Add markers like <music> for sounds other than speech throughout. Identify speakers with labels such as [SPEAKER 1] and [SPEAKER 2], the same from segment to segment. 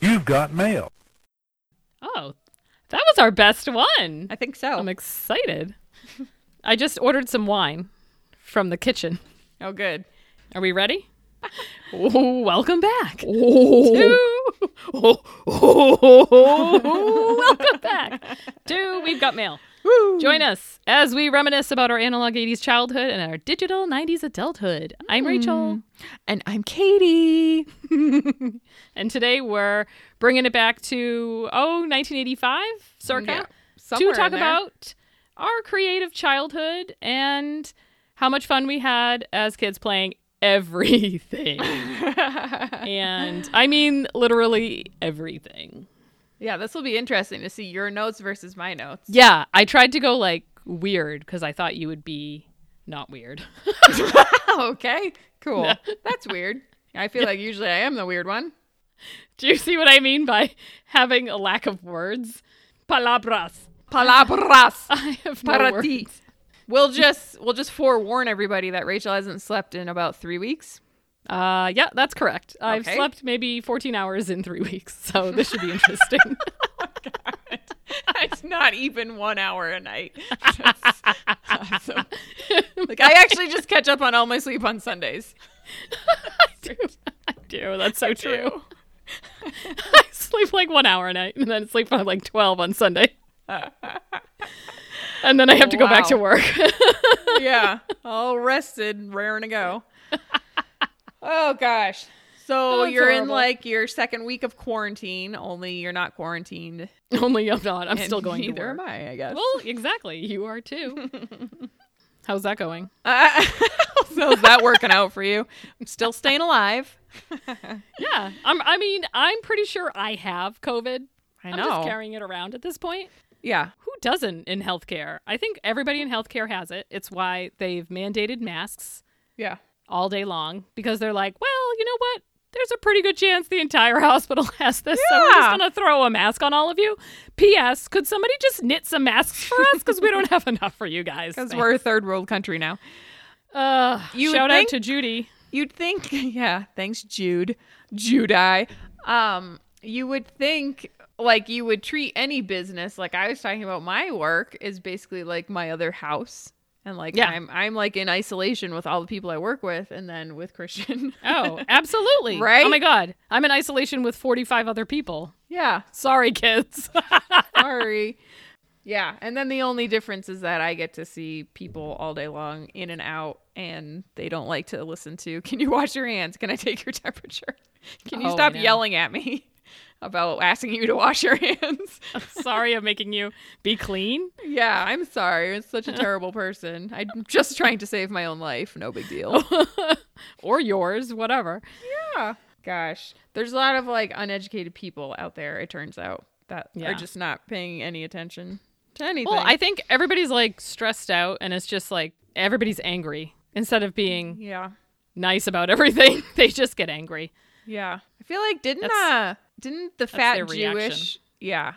[SPEAKER 1] You've got mail.
[SPEAKER 2] Oh, that was our best one.
[SPEAKER 3] I think so.
[SPEAKER 2] I'm excited. <laughs> I just ordered some wine from the kitchen.
[SPEAKER 3] oh, good.
[SPEAKER 2] Are we ready? Oh, welcome back.
[SPEAKER 3] <laughs> Oh.
[SPEAKER 2] to- welcome back to We've Got Mail. Join us as we reminisce about our analog 80s childhood and our digital 90s adulthood. I'm Rachel,
[SPEAKER 3] And I'm Katie.
[SPEAKER 2] and today we're bringing it back to, oh, 1985 circa
[SPEAKER 3] Somewhere
[SPEAKER 2] to talk
[SPEAKER 3] in there.
[SPEAKER 2] about our creative childhood and how much fun we had as kids playing <laughs> everything. and I mean, literally everything.
[SPEAKER 3] Yeah, this will be interesting to see your notes versus my notes.
[SPEAKER 2] Yeah, I tried to go like weird because I thought you would be not weird. <laughs>
[SPEAKER 3] <laughs> okay. Cool. <laughs> That's weird. I feel like usually I am the weird one.
[SPEAKER 2] Do you see what I mean by having a lack of words? Palabras.
[SPEAKER 3] <laughs>
[SPEAKER 2] <laughs>
[SPEAKER 3] Palabras <laughs>
[SPEAKER 2] I have no
[SPEAKER 3] para
[SPEAKER 2] words.
[SPEAKER 3] ti. We'll just we'll just forewarn everybody that Rachel hasn't slept in about three weeks.
[SPEAKER 2] Uh, yeah, that's correct. I've
[SPEAKER 3] Okay.
[SPEAKER 2] slept maybe 14 hours in three weeks, so this should be <laughs> interesting.
[SPEAKER 3] <laughs> it's not even one hour a night. That's
[SPEAKER 2] <laughs>
[SPEAKER 3] awesome. <laughs> Like I actually just catch up on all my sleep on Sundays.
[SPEAKER 2] do. <laughs> I do. That's so true.
[SPEAKER 3] do.
[SPEAKER 2] <laughs> I sleep like one hour a night and then sleep for like 12 on
[SPEAKER 3] <laughs>
[SPEAKER 2] Sunday. and then I have to go back
[SPEAKER 3] Wow.
[SPEAKER 2] to work. <laughs>
[SPEAKER 3] yeah, all rested, raring to go. Oh gosh. So
[SPEAKER 2] Oh, that's
[SPEAKER 3] you're in
[SPEAKER 2] horrible.
[SPEAKER 3] like your second week of quarantine, only you're not quarantined.
[SPEAKER 2] Only I'm not. I'm still
[SPEAKER 3] And
[SPEAKER 2] going to
[SPEAKER 3] neither
[SPEAKER 2] work.
[SPEAKER 3] am I, I guess.
[SPEAKER 2] Well, exactly. You are
[SPEAKER 3] <laughs>
[SPEAKER 2] too. How's that going?
[SPEAKER 3] Uh, <laughs> so is that working out for you? I'm still staying alive.
[SPEAKER 2] Yeah. I'm, I mean, I'm pretty sure I have COVID.
[SPEAKER 3] I
[SPEAKER 2] I'm just carrying it around at this point.
[SPEAKER 3] yeah.
[SPEAKER 2] Who doesn't in healthcare? I think everybody in healthcare has it. It's why they've mandated masks
[SPEAKER 3] Yeah.
[SPEAKER 2] all day long because they're like, well, you know what? There's a pretty good chance the entire <laughs> hospital has this, so we're
[SPEAKER 3] Yeah.
[SPEAKER 2] just gonna throw a mask on all of you. P.S. Could somebody just knit some masks for us because we don't <laughs> have enough for you guys?
[SPEAKER 3] Because
[SPEAKER 2] Thanks.
[SPEAKER 3] we're a third world country now.
[SPEAKER 2] uh,
[SPEAKER 3] You would
[SPEAKER 2] shout out
[SPEAKER 3] think-
[SPEAKER 2] to Judy.
[SPEAKER 3] You'd think, <laughs> yeah, thanks, Jude. Judai. Um, you would think like you would treat any business, like I was talking about my work is basically like my other house. And like
[SPEAKER 2] Yeah.
[SPEAKER 3] I'm I'm like in isolation with all the people I work with and then with Christian. <laughs>
[SPEAKER 2] Oh, absolutely.
[SPEAKER 3] Right?
[SPEAKER 2] Oh my God, I'm in isolation with 45 other people.
[SPEAKER 3] yeah.
[SPEAKER 2] Sorry, kids. <laughs>
[SPEAKER 3] Sorry. yeah. And then the only difference is that I get to see people all day long in and out and they don't like to listen to can you wash your hands? Can I take your <laughs> temperature? Can you
[SPEAKER 2] Oh, I
[SPEAKER 3] stop
[SPEAKER 2] know.
[SPEAKER 3] yelling at me <laughs> about asking you to wash your <laughs> hands?
[SPEAKER 2] Sorry, I'm making you be clean.
[SPEAKER 3] yeah, I'm sorry. I'm such a terrible person. I'm just trying to save my own life. No
[SPEAKER 2] <laughs>
[SPEAKER 3] big deal. <laughs>
[SPEAKER 2] or yours, whatever.
[SPEAKER 3] yeah. Gosh. There's a lot of like uneducated people out there, it turns out, that
[SPEAKER 2] Yeah.
[SPEAKER 3] are just not paying any attention to anything.
[SPEAKER 2] Well, I think everybody's like stressed out and it's just like everybody's angry. Instead of being
[SPEAKER 3] yeah.
[SPEAKER 2] nice about everything, <laughs> they just get angry.
[SPEAKER 3] Yeah. I feel like didn't uh
[SPEAKER 2] That's-
[SPEAKER 3] didn't the fat
[SPEAKER 2] their
[SPEAKER 3] Jewish
[SPEAKER 2] reaction.
[SPEAKER 3] Yeah.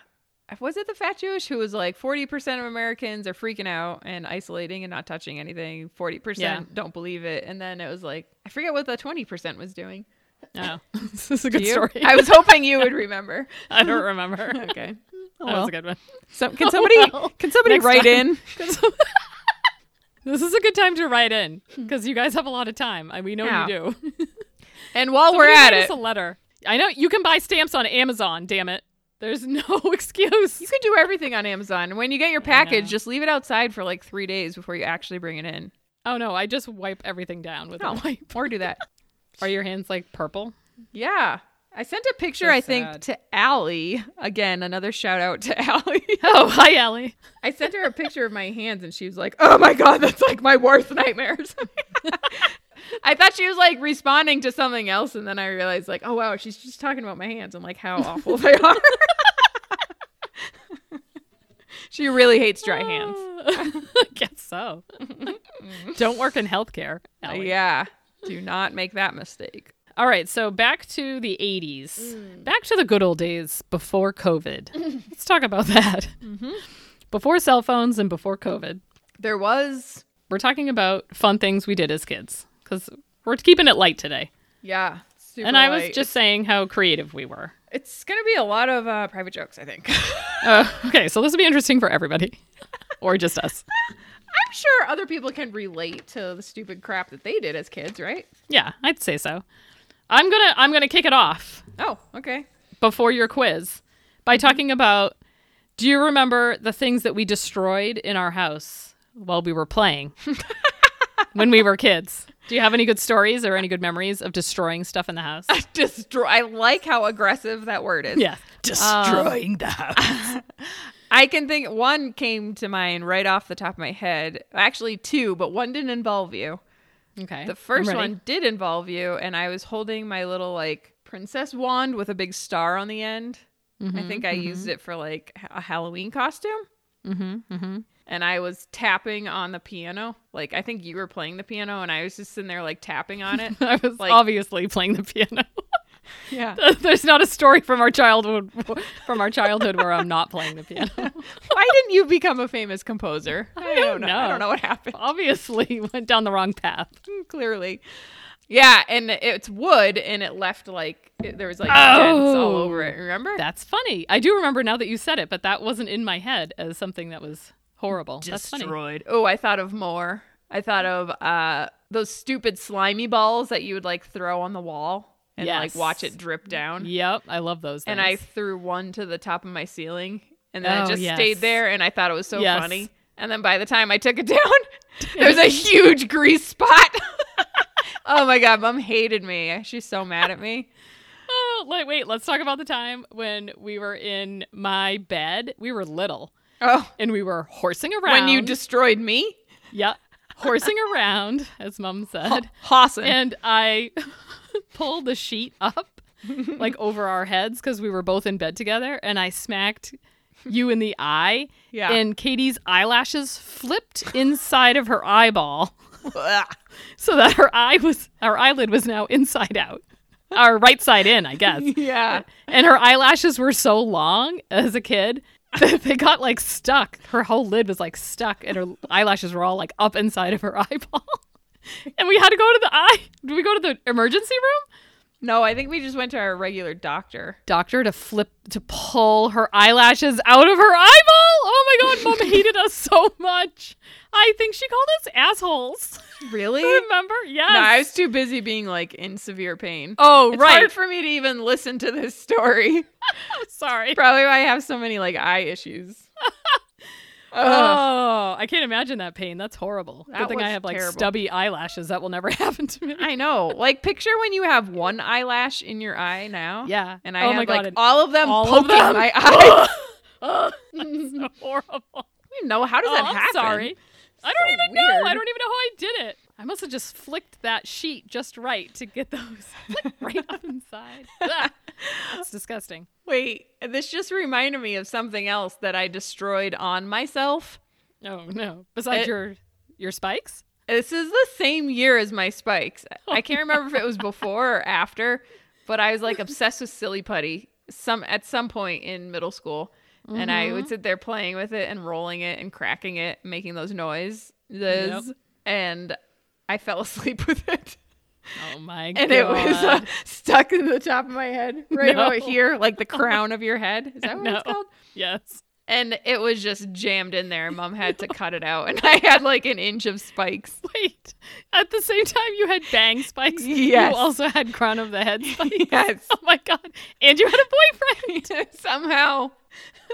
[SPEAKER 3] Was it the fat Jewish who was like forty percent of Americans are freaking out and isolating and not touching anything, forty
[SPEAKER 2] Yeah.
[SPEAKER 3] percent don't believe it, and then it was like I forget what the twenty percent was doing. <laughs>
[SPEAKER 2] Oh, this is a <laughs>
[SPEAKER 3] Do
[SPEAKER 2] good
[SPEAKER 3] you?
[SPEAKER 2] story.
[SPEAKER 3] I was hoping you would remember.
[SPEAKER 2] <laughs> I don't
[SPEAKER 3] <laughs>
[SPEAKER 2] remember. That
[SPEAKER 3] Okay.
[SPEAKER 2] was
[SPEAKER 3] well. Oh,
[SPEAKER 2] a good one.
[SPEAKER 3] So can somebody
[SPEAKER 2] well.
[SPEAKER 3] can somebody
[SPEAKER 2] Next
[SPEAKER 3] write
[SPEAKER 2] time.
[SPEAKER 3] in?
[SPEAKER 2] This is a good time to write in because you guys have a lot of time. and We know
[SPEAKER 3] Hmm. Yeah.
[SPEAKER 2] you do.
[SPEAKER 3] <laughs>
[SPEAKER 2] <laughs>
[SPEAKER 3] And while
[SPEAKER 2] Somebody
[SPEAKER 3] we're at
[SPEAKER 2] write
[SPEAKER 3] it,
[SPEAKER 2] us a letter. I know you can buy stamps on Amazon. Damn it, there's no <laughs> excuse.
[SPEAKER 3] you can do everything on Amazon. When you get your package,
[SPEAKER 2] know.
[SPEAKER 3] just leave it outside for like three days before you actually bring it in.
[SPEAKER 2] Oh no, I just wipe everything down with
[SPEAKER 3] <laughs> No.
[SPEAKER 2] a wipe.
[SPEAKER 3] Or do that.
[SPEAKER 2] Are your hands like purple?
[SPEAKER 3] Yeah. I sent a picture,
[SPEAKER 2] So
[SPEAKER 3] I think,
[SPEAKER 2] sad.
[SPEAKER 3] to Allie. Again, another shout out to <laughs> Allie.
[SPEAKER 2] <laughs> Oh, hi, Allie.
[SPEAKER 3] I sent her a picture of my hands and she was like, oh my God, that's like my worst <laughs> nightmares. I thought she was like responding to something else. And then I realized, like, oh wow, she's just talking about my hands and like how awful they are. <laughs> she really hates dry hands.
[SPEAKER 2] Uh, <laughs> I guess
[SPEAKER 3] <laughs>
[SPEAKER 2] so. <laughs> Don't work in healthcare.
[SPEAKER 3] Uh,
[SPEAKER 2] Allie.
[SPEAKER 3] Yeah. Do not make that mistake.
[SPEAKER 2] All right, so back to the 80s. Back to the good old days before COVID. Let's talk about that. Before cell phones and before COVID.
[SPEAKER 3] There was,
[SPEAKER 2] We're talking about fun things we did as kids because we're keeping it light today.
[SPEAKER 3] yeah, super
[SPEAKER 2] and I was
[SPEAKER 3] light.
[SPEAKER 2] just saying how creative we were.
[SPEAKER 3] It's gonna be a lot of uh, private jokes, I think. <laughs>
[SPEAKER 2] Uh, <laughs> okay, so this will be interesting for everybody, or just us.
[SPEAKER 3] I'm sure other people can relate to the stupid crap that they did as kids, right?
[SPEAKER 2] Yeah, I'd say so. I'm gonna I'm gonna kick it off
[SPEAKER 3] Oh, okay. <laughs>
[SPEAKER 2] before your quiz by talking about. Do you remember the things that we destroyed in our house while we were playing when we were kids? Do you have any good stories or any good memories of destroying stuff in the house?
[SPEAKER 3] Destroy. I like how aggressive that word is.
[SPEAKER 2] Yes, destroying the house.
[SPEAKER 3] I can think one came to mind right off the top of my head. Actually, two, but one didn't involve you.
[SPEAKER 2] Um, Okay,
[SPEAKER 3] The
[SPEAKER 2] I'm
[SPEAKER 3] first
[SPEAKER 2] ready.
[SPEAKER 3] one did involve you, and I was holding my little like princess wand with a big star on the end. I think I used it for like a Halloween costume. And I was tapping on the piano. Like I think you were playing the piano, and I was just sitting there like tapping on it.
[SPEAKER 2] <laughs> I was
[SPEAKER 3] like-
[SPEAKER 2] obviously playing the piano. <laughs>
[SPEAKER 3] yeah.
[SPEAKER 2] There's not a story from our childhood from our childhood where I'm not playing the
[SPEAKER 3] <laughs>
[SPEAKER 2] piano.
[SPEAKER 3] <laughs>
[SPEAKER 2] <laughs>
[SPEAKER 3] Why didn't you become a famous composer? <laughs> I don't, know. I
[SPEAKER 2] know.
[SPEAKER 3] don't know what <laughs> happened.
[SPEAKER 2] obviously went down the wrong path.
[SPEAKER 3] Clearly. Yeah, and it's wood, and it left like it, there was like dents all
[SPEAKER 2] Oh.
[SPEAKER 3] over it. Remember?
[SPEAKER 2] That's funny. I do remember now that you said it, but that wasn't in my head as something that was horrible. That's funny.
[SPEAKER 3] Oh, I thought of more. I thought of uh, those stupid slimy balls that you would like throw on the wall and
[SPEAKER 2] Yes.
[SPEAKER 3] like watch it drip down.
[SPEAKER 2] Yep, I love those.
[SPEAKER 3] And I
[SPEAKER 2] things.
[SPEAKER 3] threw one to the top of my ceiling, and then
[SPEAKER 2] Oh,
[SPEAKER 3] it just
[SPEAKER 2] yes.
[SPEAKER 3] stayed there. And I thought it was so
[SPEAKER 2] Yes.
[SPEAKER 3] funny. And then by the time I took it <laughs> down, there was a huge grease spot. <laughs> oh my god, mom hated me. She's so mad at me.
[SPEAKER 2] <laughs> oh, like, wait, let's talk about the time when we were in my bed. We were little
[SPEAKER 3] Oh,
[SPEAKER 2] and we were horsing around.
[SPEAKER 3] when you destroyed me,
[SPEAKER 2] yep, horsing around, as mom
[SPEAKER 3] <laughs>
[SPEAKER 2] said.
[SPEAKER 3] Hassan.
[SPEAKER 2] and I <laughs> pulled the sheet up
[SPEAKER 3] <laughs>
[SPEAKER 2] like over our heads because we were both in bed together, and I smacked you in the eye.
[SPEAKER 3] Yeah.
[SPEAKER 2] And Katie's eyelashes flipped inside of her eyeball, so that her eye was our eyelid was now inside out, or right side in, I
[SPEAKER 3] <laughs>
[SPEAKER 2] guess.
[SPEAKER 3] yeah.
[SPEAKER 2] And her eyelashes were so long as a kid. <laughs> that they got like stuck. Her whole lid was like stuck, and her eyelashes were all like up inside of her <laughs> eyeball. And we had to go to the eye. Did we go to the emergency room?
[SPEAKER 3] No, I think we just went to our regular doctor.
[SPEAKER 2] Doctor to flip to pull her eyelashes out of her eyeball. Oh my god,
[SPEAKER 3] <laughs>
[SPEAKER 2] mom hated us so much. I think she called us assholes. <laughs>
[SPEAKER 3] Really?
[SPEAKER 2] Remember? Yes.
[SPEAKER 3] No, I was too busy being like in severe pain.
[SPEAKER 2] oh
[SPEAKER 3] it's
[SPEAKER 2] right.
[SPEAKER 3] hard for me to even listen to this story.
[SPEAKER 2] Sorry.
[SPEAKER 3] Probably why I have so many like
[SPEAKER 2] <laughs>
[SPEAKER 3] eye issues. Ugh.
[SPEAKER 2] Oh, I can't imagine that pain. That's horrible. Good
[SPEAKER 3] That
[SPEAKER 2] thing I
[SPEAKER 3] was
[SPEAKER 2] have like
[SPEAKER 3] terrible.
[SPEAKER 2] stubby eyelashes. That will never <laughs> happen to me.
[SPEAKER 3] I know. Like picture when you have one eyelash in your eye now.
[SPEAKER 2] Yeah.
[SPEAKER 3] And I
[SPEAKER 2] Oh
[SPEAKER 3] have
[SPEAKER 2] my God,
[SPEAKER 3] like
[SPEAKER 2] and
[SPEAKER 3] all of them
[SPEAKER 2] all of
[SPEAKER 3] poking
[SPEAKER 2] them.
[SPEAKER 3] my <laughs>
[SPEAKER 2] <laughs>
[SPEAKER 3] eye.
[SPEAKER 2] Ugh, that's so
[SPEAKER 3] <laughs>
[SPEAKER 2] horrible.
[SPEAKER 3] no, how does
[SPEAKER 2] Oh,
[SPEAKER 3] that
[SPEAKER 2] I'm
[SPEAKER 3] happen?
[SPEAKER 2] sorry. I
[SPEAKER 3] So
[SPEAKER 2] don't even know. I
[SPEAKER 3] weird.
[SPEAKER 2] don't even know how I did it. I must have just flicked that sheet just right to get <laughs> those flick right up
[SPEAKER 3] <laughs>
[SPEAKER 2] inside. Ugh. It's disgusting.
[SPEAKER 3] Wait, this just reminded me of something else that I destroyed on myself.
[SPEAKER 2] Oh no. Besides
[SPEAKER 3] It-
[SPEAKER 2] your your spikes?
[SPEAKER 3] This is the same year as my spikes.
[SPEAKER 2] Oh,
[SPEAKER 3] I can't remember if it was before or after, but I was like obsessed with silly putty some at some point in middle school. And I
[SPEAKER 2] Mm-hmm.
[SPEAKER 3] would sit there playing with it and rolling it and cracking it, making those noises. And I fell asleep <laughs> with it.
[SPEAKER 2] Oh my god.
[SPEAKER 3] And it was uh, stuck in the top of my head, right
[SPEAKER 2] No.
[SPEAKER 3] over here, like the crown of your head. Is that what
[SPEAKER 2] No.
[SPEAKER 3] it's called?
[SPEAKER 2] yes.
[SPEAKER 3] And it was just jammed in there. Mom had to cut it out. And I had like an inch of spikes.
[SPEAKER 2] <laughs> Wait. At the same time you had bang spikes.
[SPEAKER 3] Yes.
[SPEAKER 2] You also had crown of the
[SPEAKER 3] <laughs>
[SPEAKER 2] head spikes.
[SPEAKER 3] Yes.
[SPEAKER 2] Oh my god. And you had a
[SPEAKER 3] <laughs>
[SPEAKER 2] boyfriend.
[SPEAKER 3] somehow.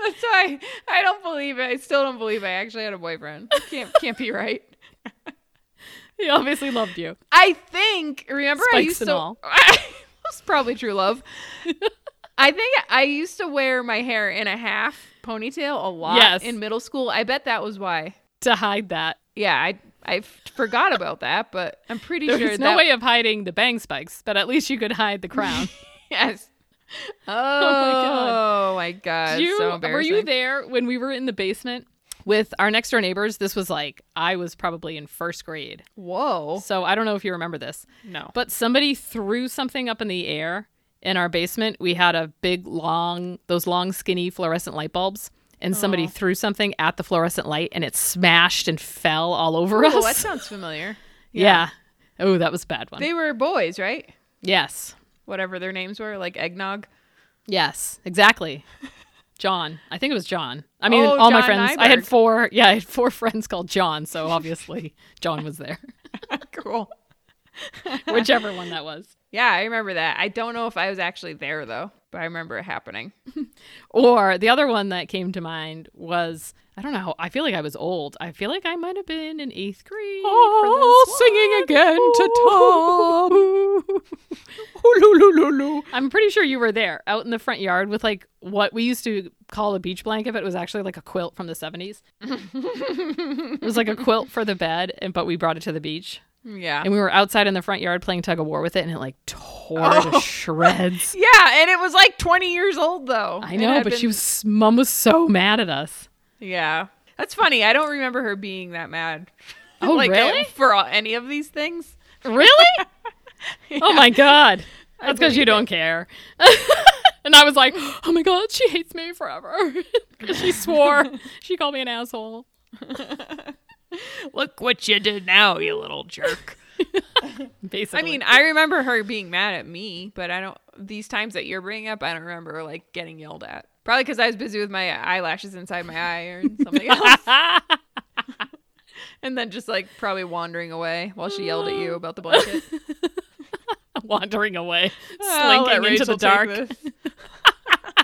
[SPEAKER 3] That's why I don't believe it. I still don't believe I actually had a boyfriend. Can't can't be right.
[SPEAKER 2] he obviously loved you.
[SPEAKER 3] I think remember I
[SPEAKER 2] Spikes
[SPEAKER 3] used
[SPEAKER 2] and
[SPEAKER 3] to <laughs>
[SPEAKER 2] all.
[SPEAKER 3] That's probably
[SPEAKER 2] <laughs>
[SPEAKER 3] true love. I think I used to wear my hair in a half ponytail a lot
[SPEAKER 2] Yes.
[SPEAKER 3] in middle school. I bet that was why.
[SPEAKER 2] To hide that.
[SPEAKER 3] Yeah, I I forgot about that, but I'm pretty
[SPEAKER 2] There's
[SPEAKER 3] sure
[SPEAKER 2] no
[SPEAKER 3] that
[SPEAKER 2] way of hiding the bang spikes, but at least you could hide the crown.
[SPEAKER 3] <laughs>
[SPEAKER 2] <laughs>
[SPEAKER 3] yes. Oh,
[SPEAKER 2] God.
[SPEAKER 3] my god!
[SPEAKER 2] Do you-
[SPEAKER 3] so
[SPEAKER 2] were you
[SPEAKER 3] embarrassing.
[SPEAKER 2] there when we were in the basement with our next door neighbors? This was like I was probably in first grade,
[SPEAKER 3] Whoa!
[SPEAKER 2] so I don't know if you remember this,
[SPEAKER 3] No.
[SPEAKER 2] but somebody threw something up in the air in our basement. We had a big, long, those long, skinny fluorescent light bulbs. And somebody threw something at the fluorescent light and it smashed and fell all over
[SPEAKER 3] Oh,
[SPEAKER 2] <laughs>
[SPEAKER 3] that
[SPEAKER 2] us.
[SPEAKER 3] sounds familiar.
[SPEAKER 2] yeah. Oh, that was a bad one.
[SPEAKER 3] They were boys, right?
[SPEAKER 2] yes.
[SPEAKER 3] whatever their names were,
[SPEAKER 2] <laughs>
[SPEAKER 3] like eggnog.
[SPEAKER 2] Yes, exactly. John. I think it was John. I mean,
[SPEAKER 3] Oh,
[SPEAKER 2] all my
[SPEAKER 3] John
[SPEAKER 2] friends. I
[SPEAKER 3] Nyberg.
[SPEAKER 2] had four. Yeah, I had four <laughs> friends called John. So obviously, John was
[SPEAKER 3] <laughs>
[SPEAKER 2] there,
[SPEAKER 3] cool.
[SPEAKER 2] whichever one that was.
[SPEAKER 3] Yeah, I remember that. I don't know if I was actually there though, but I remember
[SPEAKER 2] <laughs>
[SPEAKER 3] it happening.
[SPEAKER 2] Or the other one that came to mind was I don't know. I feel like I was old. I feel like I might have been in eighth grade. <laughs>
[SPEAKER 3] Oh,
[SPEAKER 2] singing again to Tom. I'm pretty sure you were there out in the front yard with like what we used to call a beach blanket, but it was actually like a quilt from the 70s. it was like a quilt for the bed, and but we brought it to the beach.
[SPEAKER 3] Yeah.
[SPEAKER 2] And we were outside in the front yard playing tug of war with it, and it like tore to
[SPEAKER 3] <laughs>
[SPEAKER 2] shreds.
[SPEAKER 3] Yeah, and it was like 20 years old though.
[SPEAKER 2] I
[SPEAKER 3] It
[SPEAKER 2] know,
[SPEAKER 3] had
[SPEAKER 2] but
[SPEAKER 3] been-
[SPEAKER 2] she was, mom was so mad at us.
[SPEAKER 3] Yeah. That's funny. I don't remember her being that mad. <laughs>
[SPEAKER 2] Oh,
[SPEAKER 3] like,
[SPEAKER 2] really?
[SPEAKER 3] uh, For all, any of these things. <laughs>
[SPEAKER 2] Really? Oh my God.
[SPEAKER 3] I
[SPEAKER 2] That's because you
[SPEAKER 3] believe
[SPEAKER 2] don't care. <laughs> and I was like, oh my God, she hates me forever. <laughs> 'Cause she swore. she called me an asshole.
[SPEAKER 3] <laughs> Look what you did now, you little jerk.
[SPEAKER 2] <laughs> Basically.
[SPEAKER 3] I mean, I remember her being mad at me, but I don't, these times that you're bringing up, I don't remember like getting yelled at. Probably because I was busy with my eyelashes inside my eye <laughs> or something else. and then just like probably wandering away while she yelled at you about the <laughs> blanket.
[SPEAKER 2] <laughs> wandering away,
[SPEAKER 3] I'll Oh, let
[SPEAKER 2] slinking into the
[SPEAKER 3] Rachel
[SPEAKER 2] <laughs>
[SPEAKER 3] take
[SPEAKER 2] dark.
[SPEAKER 3] this.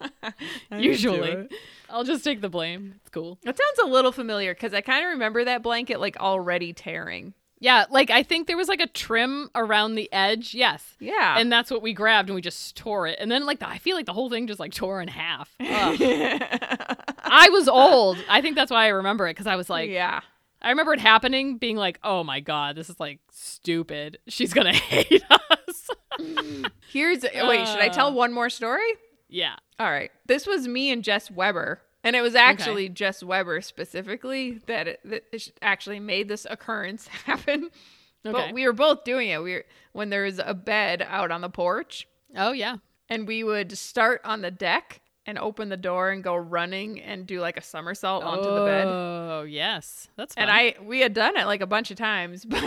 [SPEAKER 3] I didn't do
[SPEAKER 2] Usually,
[SPEAKER 3] it.
[SPEAKER 2] I'll just take the blame. It's cool.
[SPEAKER 3] That sounds a little familiar because I kind of remember that blanket like already tearing.
[SPEAKER 2] Yeah, like I think there was like a trim around the edge. Yes.
[SPEAKER 3] Yeah.
[SPEAKER 2] And that's what we grabbed and we just tore it. And then like the, I feel like the whole thing just like tore in half. Ugh.
[SPEAKER 3] <laughs>
[SPEAKER 2] I was old. I think that's why I remember it cuz I was like
[SPEAKER 3] yeah.
[SPEAKER 2] I remember it happening being like, "Oh my god, this is like stupid. She's going to <laughs> hate us."
[SPEAKER 3] Here's wait, should I tell one more story?
[SPEAKER 2] yeah.
[SPEAKER 3] All right. This was me and Jess Weber. And it was actually Jess Weber specifically that, it, that it actually made this occurrence <laughs> happen.
[SPEAKER 2] Okay.
[SPEAKER 3] But we were both doing it. We were when there was a bed out on the porch.
[SPEAKER 2] Oh yeah.
[SPEAKER 3] and we would start on the deck and open the door and go running and do like a somersault onto the bed.
[SPEAKER 2] Oh, yes. That's fun.
[SPEAKER 3] And I we had done it like a bunch of times, <laughs> but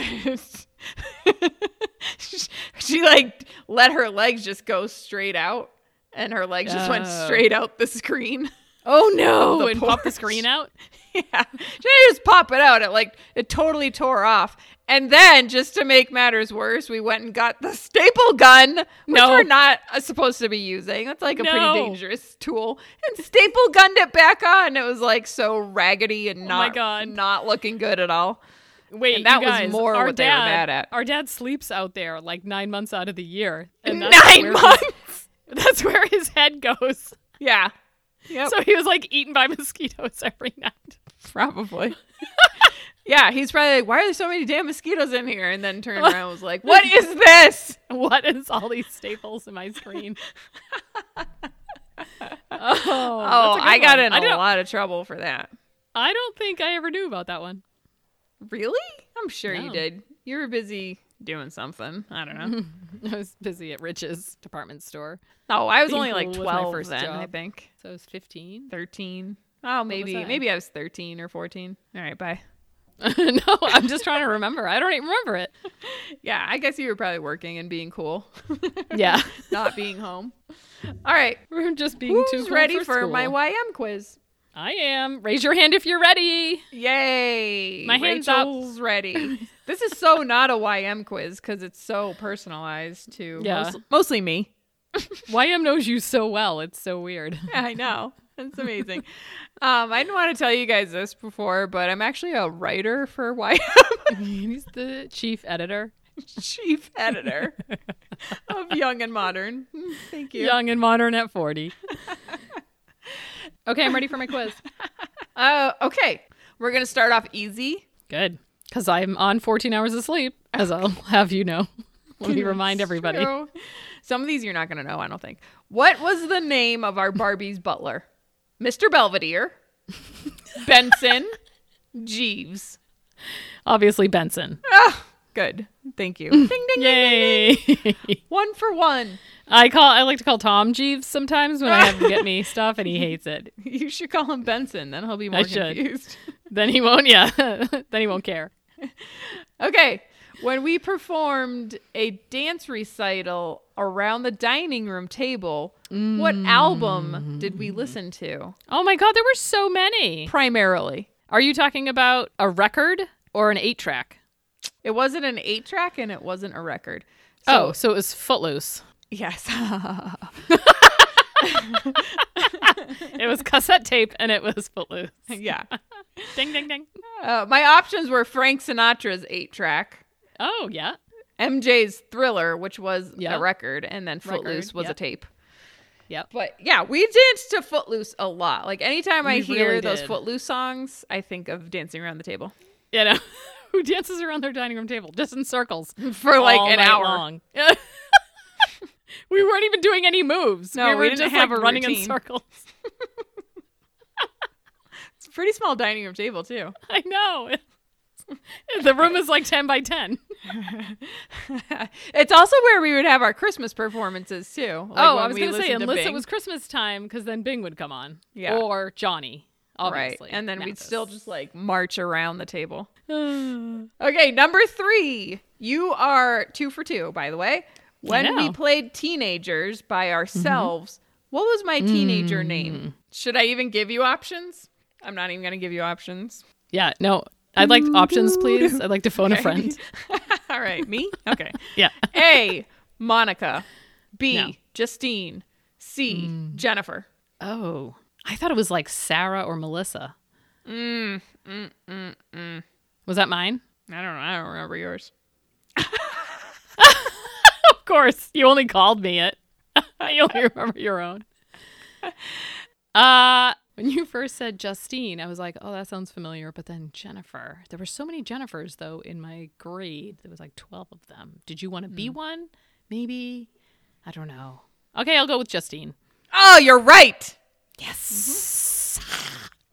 [SPEAKER 3] she, like let her legs just go straight out and her legs just went
[SPEAKER 2] Oh.
[SPEAKER 3] straight out the screen.
[SPEAKER 2] Oh no!
[SPEAKER 3] <laughs> the
[SPEAKER 2] and pop the
[SPEAKER 3] porch.
[SPEAKER 2] screen out.
[SPEAKER 3] <laughs> yeah. She didn't just pop it out. It like it totally tore off. And then just to make matters worse, we went and got the staple gun, which
[SPEAKER 2] No.
[SPEAKER 3] we're not uh, supposed to be using. That's like a
[SPEAKER 2] No.
[SPEAKER 3] pretty dangerous tool. And staple gunned it back on. It was like so raggedy and
[SPEAKER 2] Oh my
[SPEAKER 3] not
[SPEAKER 2] God.
[SPEAKER 3] not looking good at all.
[SPEAKER 2] Wait,
[SPEAKER 3] And that
[SPEAKER 2] you
[SPEAKER 3] was
[SPEAKER 2] guys,
[SPEAKER 3] more
[SPEAKER 2] our
[SPEAKER 3] what
[SPEAKER 2] dad,
[SPEAKER 3] they were mad at.
[SPEAKER 2] Our dad sleeps out there like nine months out of the year,
[SPEAKER 3] <laughs>
[SPEAKER 2] and
[SPEAKER 3] Nine
[SPEAKER 2] where
[SPEAKER 3] months.
[SPEAKER 2] His, <laughs> that's where his head goes.
[SPEAKER 3] Yeah. Yep.
[SPEAKER 2] So he was like eaten by mosquitoes <laughs> every night.
[SPEAKER 3] Probably. <laughs> yeah, he's probably like, why are there so many damn mosquitoes in here? And
[SPEAKER 2] <laughs>
[SPEAKER 3] then turned around and was like, what is this?
[SPEAKER 2] What is all these staples in my screen? oh,
[SPEAKER 3] Oh, I got in
[SPEAKER 2] I
[SPEAKER 3] a
[SPEAKER 2] don't,
[SPEAKER 3] lot of trouble for that.
[SPEAKER 2] I don't think I ever knew about that one. <laughs>
[SPEAKER 3] Really? I'm sure you
[SPEAKER 2] No.
[SPEAKER 3] did. You were busy doing something. I don't
[SPEAKER 2] <laughs>
[SPEAKER 3] know.
[SPEAKER 2] I was busy at Rich's department store,
[SPEAKER 3] oh, I was
[SPEAKER 2] Being
[SPEAKER 3] only like
[SPEAKER 2] cool was my
[SPEAKER 3] 12
[SPEAKER 2] first
[SPEAKER 3] then, I
[SPEAKER 2] job.
[SPEAKER 3] think.
[SPEAKER 2] so I was fifteen. <laughs>
[SPEAKER 3] 13. Oh, maybe
[SPEAKER 2] I?
[SPEAKER 3] maybe I was 13 or 14. All right, bye.
[SPEAKER 2] no, I'm just trying to remember. I don't even remember it.
[SPEAKER 3] Yeah, I guess you were probably working and being cool, <laughs>
[SPEAKER 2] Yeah, <laughs>
[SPEAKER 3] not being home. All right.
[SPEAKER 2] we're just being
[SPEAKER 3] Who's
[SPEAKER 2] too cool
[SPEAKER 3] ready
[SPEAKER 2] for,
[SPEAKER 3] for,
[SPEAKER 2] school.
[SPEAKER 3] my YM quiz?
[SPEAKER 2] I am. Raise your hand if you're ready.
[SPEAKER 3] Yay.
[SPEAKER 2] My hand's up. <laughs>
[SPEAKER 3] Rachel's ready. this is so not a YM quiz cuz it's so personalized to
[SPEAKER 2] Yeah.
[SPEAKER 3] most- mostly me.
[SPEAKER 2] YM knows you so well. It's so weird. <laughs>
[SPEAKER 3] Yeah, <laughs> I know. That's amazing. um, I didn't want to tell you guys this before, but I'm actually a writer for <laughs> YM
[SPEAKER 2] He's the chief editor.
[SPEAKER 3] chief editor of Young and Modern. Hmm, Thank you.
[SPEAKER 2] Young and modern at 40. <laughs> okay, I'm ready for my quiz.
[SPEAKER 3] Uh, okay, we're gonna start off easy.
[SPEAKER 2] Good. Because I'm on 14 hours of sleep, as I'll <laughs> have you know. Let me remind everybody.
[SPEAKER 3] So, Some of these you're not gonna know, I don't think. What was the name of our Barbie's butler? Mr. Belvedere,
[SPEAKER 2] <laughs>
[SPEAKER 3] Benson, Jeeves.
[SPEAKER 2] Obviously, <laughs> Benson.
[SPEAKER 3] Ah, good. Thank you.
[SPEAKER 2] Mm.
[SPEAKER 3] ding ding.
[SPEAKER 2] Yay. <laughs>
[SPEAKER 3] One for one.
[SPEAKER 2] I call. I like to call Tom Jeeves sometimes when I have him get <laughs> me stuff, and he hates it.
[SPEAKER 3] <laughs> You should call him Benson. Then he'll be more
[SPEAKER 2] should. <laughs>
[SPEAKER 3] confused.
[SPEAKER 2] Then he won't. Yeah. then he won't care.
[SPEAKER 3] <laughs> Okay. when we performed a dance recital around the dining room table, what album did we listen to?
[SPEAKER 2] Oh my God, there were so many.
[SPEAKER 3] Primarily.
[SPEAKER 2] Are you talking about a record or an eight track?
[SPEAKER 3] It wasn't an eight track and it wasn't a record. <laughs>
[SPEAKER 2] oh, so it was Footloose.
[SPEAKER 3] yes. <laughs>
[SPEAKER 2] It was <laughs> cassette tape and it was Footloose.
[SPEAKER 3] yeah.
[SPEAKER 2] <laughs> ding, ding, ding.
[SPEAKER 3] Uh, my options were Frank Sinatra's eight track,
[SPEAKER 2] Oh, yeah.
[SPEAKER 3] MJ's Thriller, which was
[SPEAKER 2] Yeah.
[SPEAKER 3] a record, and then
[SPEAKER 2] Record,
[SPEAKER 3] Footloose was
[SPEAKER 2] yeah.
[SPEAKER 3] a tape.
[SPEAKER 2] Yep.
[SPEAKER 3] But yeah, we danced to Footloose a lot. Like anytime I
[SPEAKER 2] We
[SPEAKER 3] hear
[SPEAKER 2] really
[SPEAKER 3] those
[SPEAKER 2] did.
[SPEAKER 3] Footloose songs, I think of dancing around the table <laughs>
[SPEAKER 2] You know, <laughs> who dances around their dining room table just in circles
[SPEAKER 3] for like
[SPEAKER 2] all
[SPEAKER 3] an
[SPEAKER 2] night
[SPEAKER 3] hour.
[SPEAKER 2] long. <laughs> we weren't even doing any moves.
[SPEAKER 3] No,
[SPEAKER 2] we
[SPEAKER 3] we
[SPEAKER 2] were
[SPEAKER 3] didn't
[SPEAKER 2] just
[SPEAKER 3] have
[SPEAKER 2] like
[SPEAKER 3] a
[SPEAKER 2] running in
[SPEAKER 3] routine.
[SPEAKER 2] circles. <laughs>
[SPEAKER 3] It's a pretty small dining room table too.
[SPEAKER 2] I know. <laughs> the room is like 10 by 10.
[SPEAKER 3] it's also where we would have our Christmas performances too. <laughs> like
[SPEAKER 2] oh,
[SPEAKER 3] when
[SPEAKER 2] I was
[SPEAKER 3] we
[SPEAKER 2] going to say,
[SPEAKER 3] listened to
[SPEAKER 2] unless it
[SPEAKER 3] Bing.
[SPEAKER 2] was Christmas time, because then Bing would come on.
[SPEAKER 3] Yeah.
[SPEAKER 2] Or Johnny,
[SPEAKER 3] right,
[SPEAKER 2] obviously.
[SPEAKER 3] and then we'd
[SPEAKER 2] Mathis.
[SPEAKER 3] still just like march around the <sighs> table. Okay, number three. You are two for two, by the way. When we
[SPEAKER 2] know.
[SPEAKER 3] played Teenagers by ourselves, what was my teenager name? Should I even give you options? I'm not even going to give you options.
[SPEAKER 2] yeah, no. I'd like options, please. I'd like to phone a
[SPEAKER 3] Okay.
[SPEAKER 2] friend.
[SPEAKER 3] <laughs>
[SPEAKER 2] <laughs>
[SPEAKER 3] All right, me? <laughs> Okay.
[SPEAKER 2] Yeah.
[SPEAKER 3] A, Monica. B,
[SPEAKER 2] No.
[SPEAKER 3] Justine. C, Jennifer.
[SPEAKER 2] Oh, I thought it was like Sarah or Melissa. Mm, mm, mm, mm.
[SPEAKER 3] mm,
[SPEAKER 2] Was that mine?
[SPEAKER 3] I don't know. I don't remember yours.
[SPEAKER 2] <laughs> Of course. You only called me it. <laughs> you only remember your own. <laughs> Uh, when you first said Justine, I was like, oh, that sounds familiar. But then Jennifer. There were so many Jennifers, though, in my grade. There was like 12 of them. Did you want to be one? Maybe. I don't know. Okay, I'll go with Justine.
[SPEAKER 3] Oh, you're right.
[SPEAKER 2] Yes.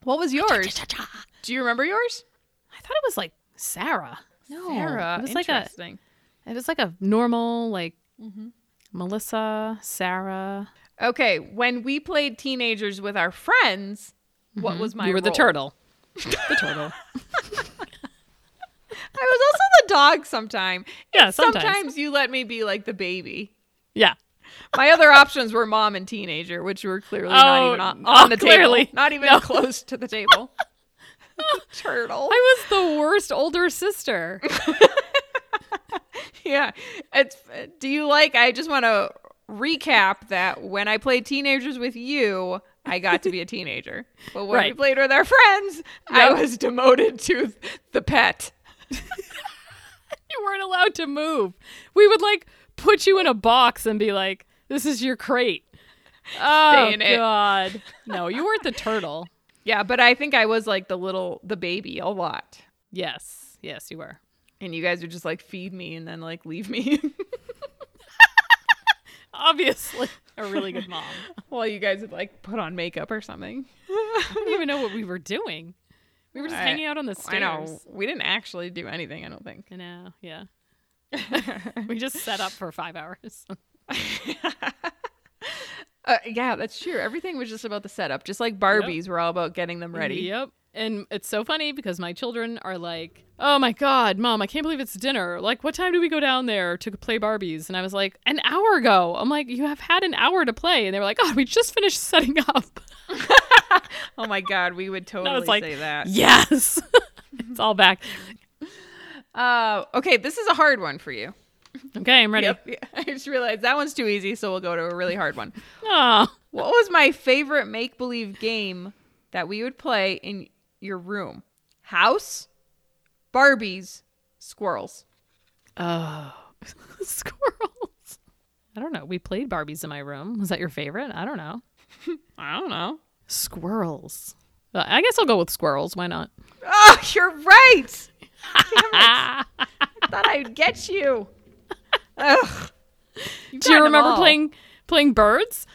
[SPEAKER 3] What was yours?
[SPEAKER 2] Cha-cha.
[SPEAKER 3] Do you remember yours?
[SPEAKER 2] Mm-hmm. I thought it was like Sarah. No,
[SPEAKER 3] Sarah.
[SPEAKER 2] it was like a
[SPEAKER 3] Interesting.
[SPEAKER 2] it was like a normal like Mm-hmm. Melissa, Sarah.
[SPEAKER 3] Okay, when we played teenagers with our friends, what was my
[SPEAKER 2] you Mm-hmm. were the
[SPEAKER 3] role?
[SPEAKER 2] <laughs> turtle. the turtle.
[SPEAKER 3] I was also the dog sometime.
[SPEAKER 2] Yeah, sometimes.
[SPEAKER 3] Sometimes. you let me be like the baby.
[SPEAKER 2] Yeah.
[SPEAKER 3] My other <laughs> options were mom and teenager, which were clearly not
[SPEAKER 2] Oh,
[SPEAKER 3] even on,
[SPEAKER 2] oh,
[SPEAKER 3] on the
[SPEAKER 2] clearly.
[SPEAKER 3] table. Not even close to the
[SPEAKER 2] <laughs>
[SPEAKER 3] table. <laughs> turtle.
[SPEAKER 2] I was the worst older sister. <laughs>
[SPEAKER 3] <laughs> yeah. It's do you like I just want to recap that when I played teenagers with you, I got to be a teenager. But when we
[SPEAKER 2] Right.
[SPEAKER 3] played with our friends, I
[SPEAKER 2] Yep.
[SPEAKER 3] was demoted to the pet.
[SPEAKER 2] you weren't allowed to move. We would like put you in a box and be like, "This is your crate." Oh
[SPEAKER 3] in it. <laughs>
[SPEAKER 2] god. No, you weren't the turtle.
[SPEAKER 3] Yeah, but I think I was like the little the baby a lot.
[SPEAKER 2] Yes. Yes, you were.
[SPEAKER 3] And you guys would just like feed me and then like leave me <laughs>
[SPEAKER 2] Obviously, <laughs> a really good mom.
[SPEAKER 3] while you guys would like put on makeup or something.
[SPEAKER 2] I don't even know what we were doing. We were just
[SPEAKER 3] I-
[SPEAKER 2] hanging out on the stairs.
[SPEAKER 3] I know. We didn't actually do anything, I don't think.
[SPEAKER 2] I know. Yeah. <laughs> we just set up for five hours.
[SPEAKER 3] Uh, yeah, that's true. Everything was just about the setup. Just like Barbies were all about getting them ready.
[SPEAKER 2] Yep. And it's so funny because my children are like, "Oh my god, mom, I can't believe it's dinner. Like, what time do we go down there to play Barbies?" And I was like, "An hour ago." I'm like, "You have had an hour to play," and they were like, "Oh, we just finished setting <laughs> up."
[SPEAKER 3] <laughs> Oh my god, we would totally
[SPEAKER 2] I was like,
[SPEAKER 3] say that.
[SPEAKER 2] "Yes." <laughs> it's all back.
[SPEAKER 3] Uh, okay, this is a hard one for you.
[SPEAKER 2] Okay, I'm ready.
[SPEAKER 3] Yep. <laughs> I just realized that one's too easy, so we'll go to a really hard one.
[SPEAKER 2] Oh,
[SPEAKER 3] What was my favorite make believe game that we would play in your room? House, Barbies, squirrels.
[SPEAKER 2] oh, <laughs> squirrels. I don't know. We played Barbies in my room. Was that your favorite? I don't know.
[SPEAKER 3] <laughs> I don't know.
[SPEAKER 2] Squirrels. Uh, I guess I'll go with squirrels. Why not?
[SPEAKER 3] Oh, <laughs> you're right.
[SPEAKER 2] <laughs>
[SPEAKER 3] Ah. I thought I'd get you. Ugh.
[SPEAKER 2] Do you
[SPEAKER 3] got 'em
[SPEAKER 2] remember
[SPEAKER 3] all.
[SPEAKER 2] playing playing birds?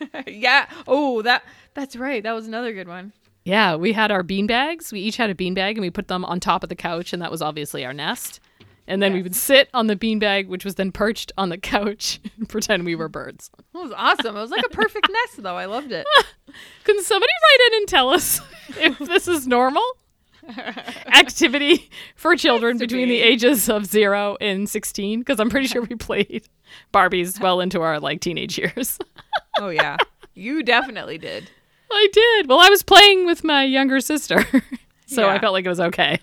[SPEAKER 3] <laughs> yeah. Oh, that that's right. That was another good one.
[SPEAKER 2] Yeah, we had our bean bags. We each had a bean bag and we put them on top of the couch and that was obviously our nest. And then we would sit on the bean bag which was then perched on the couch <laughs> and pretend we were birds.
[SPEAKER 3] That was awesome. It was like
[SPEAKER 2] <laughs>
[SPEAKER 3] a perfect nest, though. I loved it.
[SPEAKER 2] <laughs>
[SPEAKER 3] <laughs>
[SPEAKER 2] Can somebody write in and tell us if this is normal? activity for children
[SPEAKER 3] to
[SPEAKER 2] between
[SPEAKER 3] be.
[SPEAKER 2] the ages of zero and 16, because I'm pretty sure we played
[SPEAKER 3] <laughs>
[SPEAKER 2] Barbies well into our like teenage years. <laughs>
[SPEAKER 3] Oh yeah. You definitely did.
[SPEAKER 2] I did. Well, I was playing with my younger sister, <laughs> so I
[SPEAKER 3] Yeah.
[SPEAKER 2] felt like it was okay.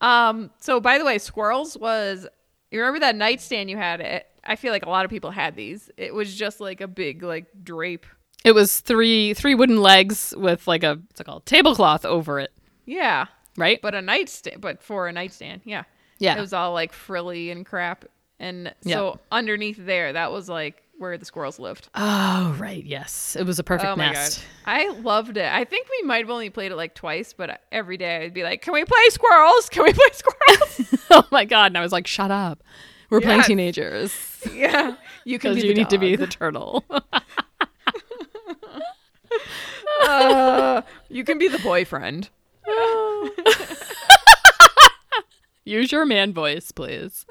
[SPEAKER 3] Um so by the way, squirrels was you remember that nightstand you had it? I feel like a lot of people had these. It was just like a big like drape.
[SPEAKER 2] It was three three wooden legs with like a what's it called tablecloth over it,
[SPEAKER 3] Yeah.
[SPEAKER 2] right?
[SPEAKER 3] But a nightstand but for a nightstand, yeah.
[SPEAKER 2] Yeah.
[SPEAKER 3] It was all like frilly and crap. And
[SPEAKER 2] Yeah.
[SPEAKER 3] so underneath there, that was like where the squirrels lived.
[SPEAKER 2] oh right, yes, it was a perfect
[SPEAKER 3] Oh my
[SPEAKER 2] nest. <laughs>
[SPEAKER 3] god, I loved it. I think we might have only played it like twice, but every day I'd be like, "Can we play squirrels? Can we play squirrels?"
[SPEAKER 2] oh my god! And I was like, shut up, we're playing
[SPEAKER 3] Yes.
[SPEAKER 2] teenagers
[SPEAKER 3] <laughs> <laughs> yeah, you can.
[SPEAKER 2] because
[SPEAKER 3] Be
[SPEAKER 2] you
[SPEAKER 3] the
[SPEAKER 2] need to be
[SPEAKER 3] dog.
[SPEAKER 2] the turtle. <laughs>
[SPEAKER 3] Uh, you can be the boyfriend.
[SPEAKER 2] Use your man voice, please.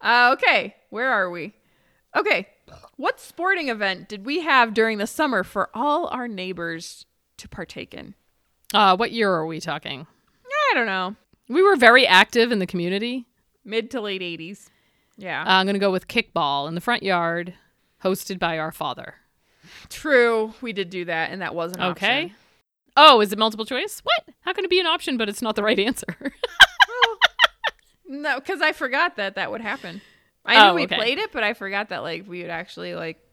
[SPEAKER 3] Uh, okay, where are we? Okay, what sporting event did we have during the summer for all our neighbors to partake in?
[SPEAKER 2] Uh, what year are we talking?
[SPEAKER 3] I don't know,
[SPEAKER 2] We were very active in the community.
[SPEAKER 3] mid to late eighties. Yeah,
[SPEAKER 2] Uh, I'm going to go with kickball in the front yard, hosted by our father.
[SPEAKER 3] true. We did do that, and that was an
[SPEAKER 2] Okay.
[SPEAKER 3] option.
[SPEAKER 2] Oh, is it multiple choice? What? How can it be an option, but it's not the right <laughs> answer?
[SPEAKER 3] No, because I forgot that that would happen. I
[SPEAKER 2] Oh,
[SPEAKER 3] knew we
[SPEAKER 2] okay.
[SPEAKER 3] played it, but I forgot that like we would actually like.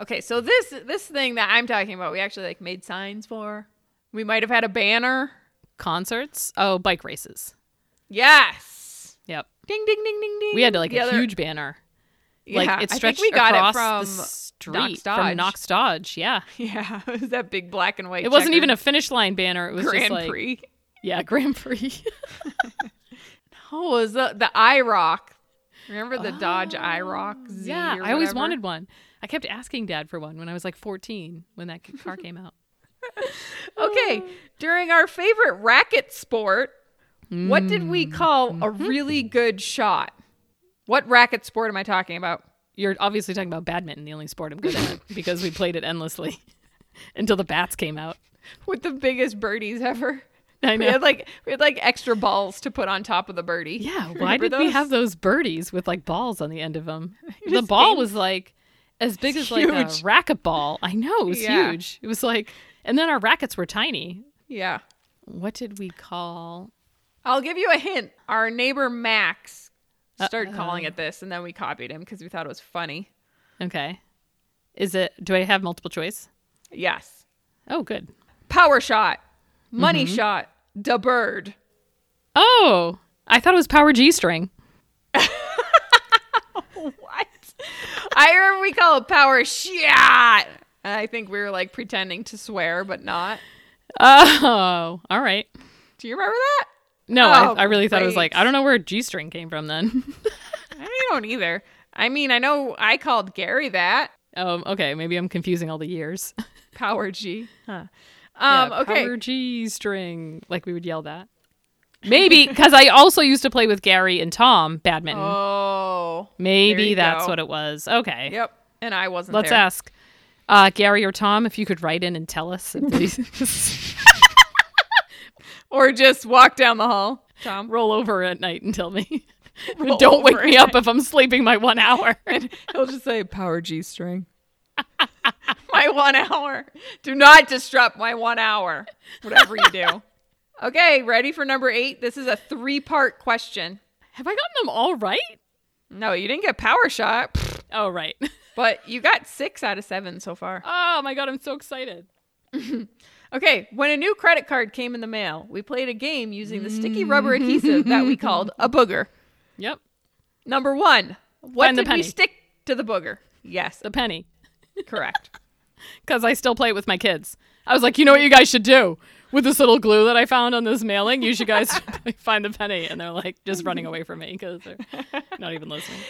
[SPEAKER 3] Okay, so this this thing that I'm talking about, we actually like made signs for. We might have had a banner.
[SPEAKER 2] Concerts? Oh, bike races.
[SPEAKER 3] Yes.
[SPEAKER 2] Yep.
[SPEAKER 3] Ding ding ding ding ding.
[SPEAKER 2] We had like
[SPEAKER 3] The
[SPEAKER 2] a
[SPEAKER 3] other-
[SPEAKER 2] huge banner.
[SPEAKER 3] Yeah,
[SPEAKER 2] like it stretched
[SPEAKER 3] I think we got
[SPEAKER 2] across
[SPEAKER 3] it from.
[SPEAKER 2] the street
[SPEAKER 3] Dodge.
[SPEAKER 2] from Knox Dodge. Yeah.
[SPEAKER 3] <laughs> yeah, it was that big black and white.
[SPEAKER 2] It wasn't
[SPEAKER 3] checkered <laughs>
[SPEAKER 2] even a finish line banner. It was
[SPEAKER 3] Grand
[SPEAKER 2] just like
[SPEAKER 3] Prix.
[SPEAKER 2] <laughs> yeah, Grand Prix.
[SPEAKER 3] Oh, it was the the IROC? Remember the Dodge IROC? Z
[SPEAKER 2] Oh, yeah,
[SPEAKER 3] or
[SPEAKER 2] I always
[SPEAKER 3] whatever?
[SPEAKER 2] wanted one. I kept asking Dad for one when I was like 14 when that car came out.
[SPEAKER 3] Okay, during our favorite racket sport, what did we
[SPEAKER 2] Mm-hmm.
[SPEAKER 3] call a really good shot? What racket sport am I talking about?
[SPEAKER 2] You're obviously talking about badminton, the only sport I'm good
[SPEAKER 3] <laughs>
[SPEAKER 2] at because we played it endlessly <laughs> until the bats came out.
[SPEAKER 3] With the biggest birdies ever.
[SPEAKER 2] I
[SPEAKER 3] We
[SPEAKER 2] know.
[SPEAKER 3] had like we had like extra balls to put on top of the birdie. <laughs>
[SPEAKER 2] Yeah, why
[SPEAKER 3] Remember
[SPEAKER 2] did we have those birdies with like balls on the end of
[SPEAKER 3] <laughs>
[SPEAKER 2] them? The
[SPEAKER 3] just
[SPEAKER 2] ball
[SPEAKER 3] aimed-
[SPEAKER 2] was like as big as like a
[SPEAKER 3] Huge.
[SPEAKER 2] racket ball. I know it was
[SPEAKER 3] Yeah.
[SPEAKER 2] huge. It was like, and then our rackets were tiny.
[SPEAKER 3] Yeah.
[SPEAKER 2] What did we call?
[SPEAKER 3] I'll give you a hint. Our neighbor Max
[SPEAKER 2] Uh,
[SPEAKER 3] started
[SPEAKER 2] uh-huh.
[SPEAKER 3] calling it this, and then we copied him because we thought it was funny.
[SPEAKER 2] Okay, is it? Do I have multiple choice?
[SPEAKER 3] Yes.
[SPEAKER 2] Oh, good.
[SPEAKER 3] Power shot, money
[SPEAKER 2] Mm-hmm.
[SPEAKER 3] shot, da bird.
[SPEAKER 2] Oh, I thought it was power G string. <laughs>
[SPEAKER 3] What? <laughs> I remember we call it power shot. And I think we were like pretending to swear, but not.
[SPEAKER 2] Oh, all right.
[SPEAKER 3] Do you remember that?
[SPEAKER 2] No, I,
[SPEAKER 3] Oh,
[SPEAKER 2] I really thought it was like
[SPEAKER 3] great.
[SPEAKER 2] I don't know where G string came from then. <laughs>
[SPEAKER 3] I don't either. I mean, I know I called Gary that.
[SPEAKER 2] um, okay, maybe I'm confusing all the years.
[SPEAKER 3] Power G. Huh. <laughs> Um,
[SPEAKER 2] Yeah,
[SPEAKER 3] okay.
[SPEAKER 2] Power G string. Like we would yell that.
[SPEAKER 3] <laughs>
[SPEAKER 2] Maybe because I also used to play with Gary and Tom badminton.
[SPEAKER 3] Oh. there
[SPEAKER 2] Maybe
[SPEAKER 3] you
[SPEAKER 2] that's
[SPEAKER 3] go.
[SPEAKER 2] what it was. Okay.
[SPEAKER 3] Yep. And I wasn't
[SPEAKER 2] Let's
[SPEAKER 3] there.
[SPEAKER 2] ask uh, Gary or Tom if you could write in and tell us if
[SPEAKER 3] <laughs>
[SPEAKER 2] <laughs> these
[SPEAKER 3] Or just walk down the hall. Tom.
[SPEAKER 2] roll over at night and tell me. <laughs>
[SPEAKER 3] Roll
[SPEAKER 2] Don't wake
[SPEAKER 3] over
[SPEAKER 2] me
[SPEAKER 3] at
[SPEAKER 2] up if I'm sleeping my one <laughs> hour.
[SPEAKER 3] He'll just say power G string. <laughs> my one hour. Do not disrupt my one hour. Whatever you do. <laughs> Okay, ready for number eight? This is a three part question.
[SPEAKER 2] Have I gotten them all right?
[SPEAKER 3] No, you didn't get power shot,
[SPEAKER 2] Oh right.
[SPEAKER 3] but you got six out of seven so far.
[SPEAKER 2] <laughs> Oh my god, I'm so excited.
[SPEAKER 3] Okay, when a new credit card came in the mail, we played a game using the sticky rubber adhesive that we called a booger.
[SPEAKER 2] Yep.
[SPEAKER 3] Number one, what
[SPEAKER 2] Find the
[SPEAKER 3] did we
[SPEAKER 2] penny.
[SPEAKER 3] stick to the booger? Yes,
[SPEAKER 2] The penny.
[SPEAKER 3] correct.
[SPEAKER 2] because I still play it with my kids. I was like, you know what you guys should do with this little glue that I found on this mailing? You should guys <laughs> find the penny. And they're like just running away from me because <laughs> they're not even listening.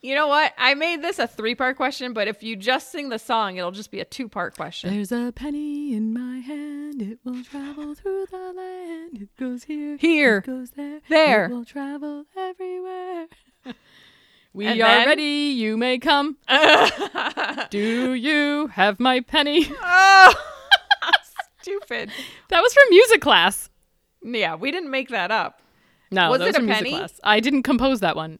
[SPEAKER 3] You know what? I made this a three part question, but if you just sing the song, it'll just be a two part question.
[SPEAKER 2] There's a penny in my hand. It will travel through the land. It goes <laughs> here.
[SPEAKER 3] <laughs> Here.
[SPEAKER 2] goes there.
[SPEAKER 3] There.
[SPEAKER 2] will travel everywhere. <laughs> We
[SPEAKER 3] And
[SPEAKER 2] are
[SPEAKER 3] then-
[SPEAKER 2] ready. You may come.
[SPEAKER 3] <laughs>
[SPEAKER 2] do you have my penny? <laughs>
[SPEAKER 3] Oh, stupid. stupid.
[SPEAKER 2] That was from music class.
[SPEAKER 3] Yeah, we didn't make that up.
[SPEAKER 2] No,
[SPEAKER 3] Was
[SPEAKER 2] that
[SPEAKER 3] it a
[SPEAKER 2] from music
[SPEAKER 3] penny?
[SPEAKER 2] class. I didn't compose that one.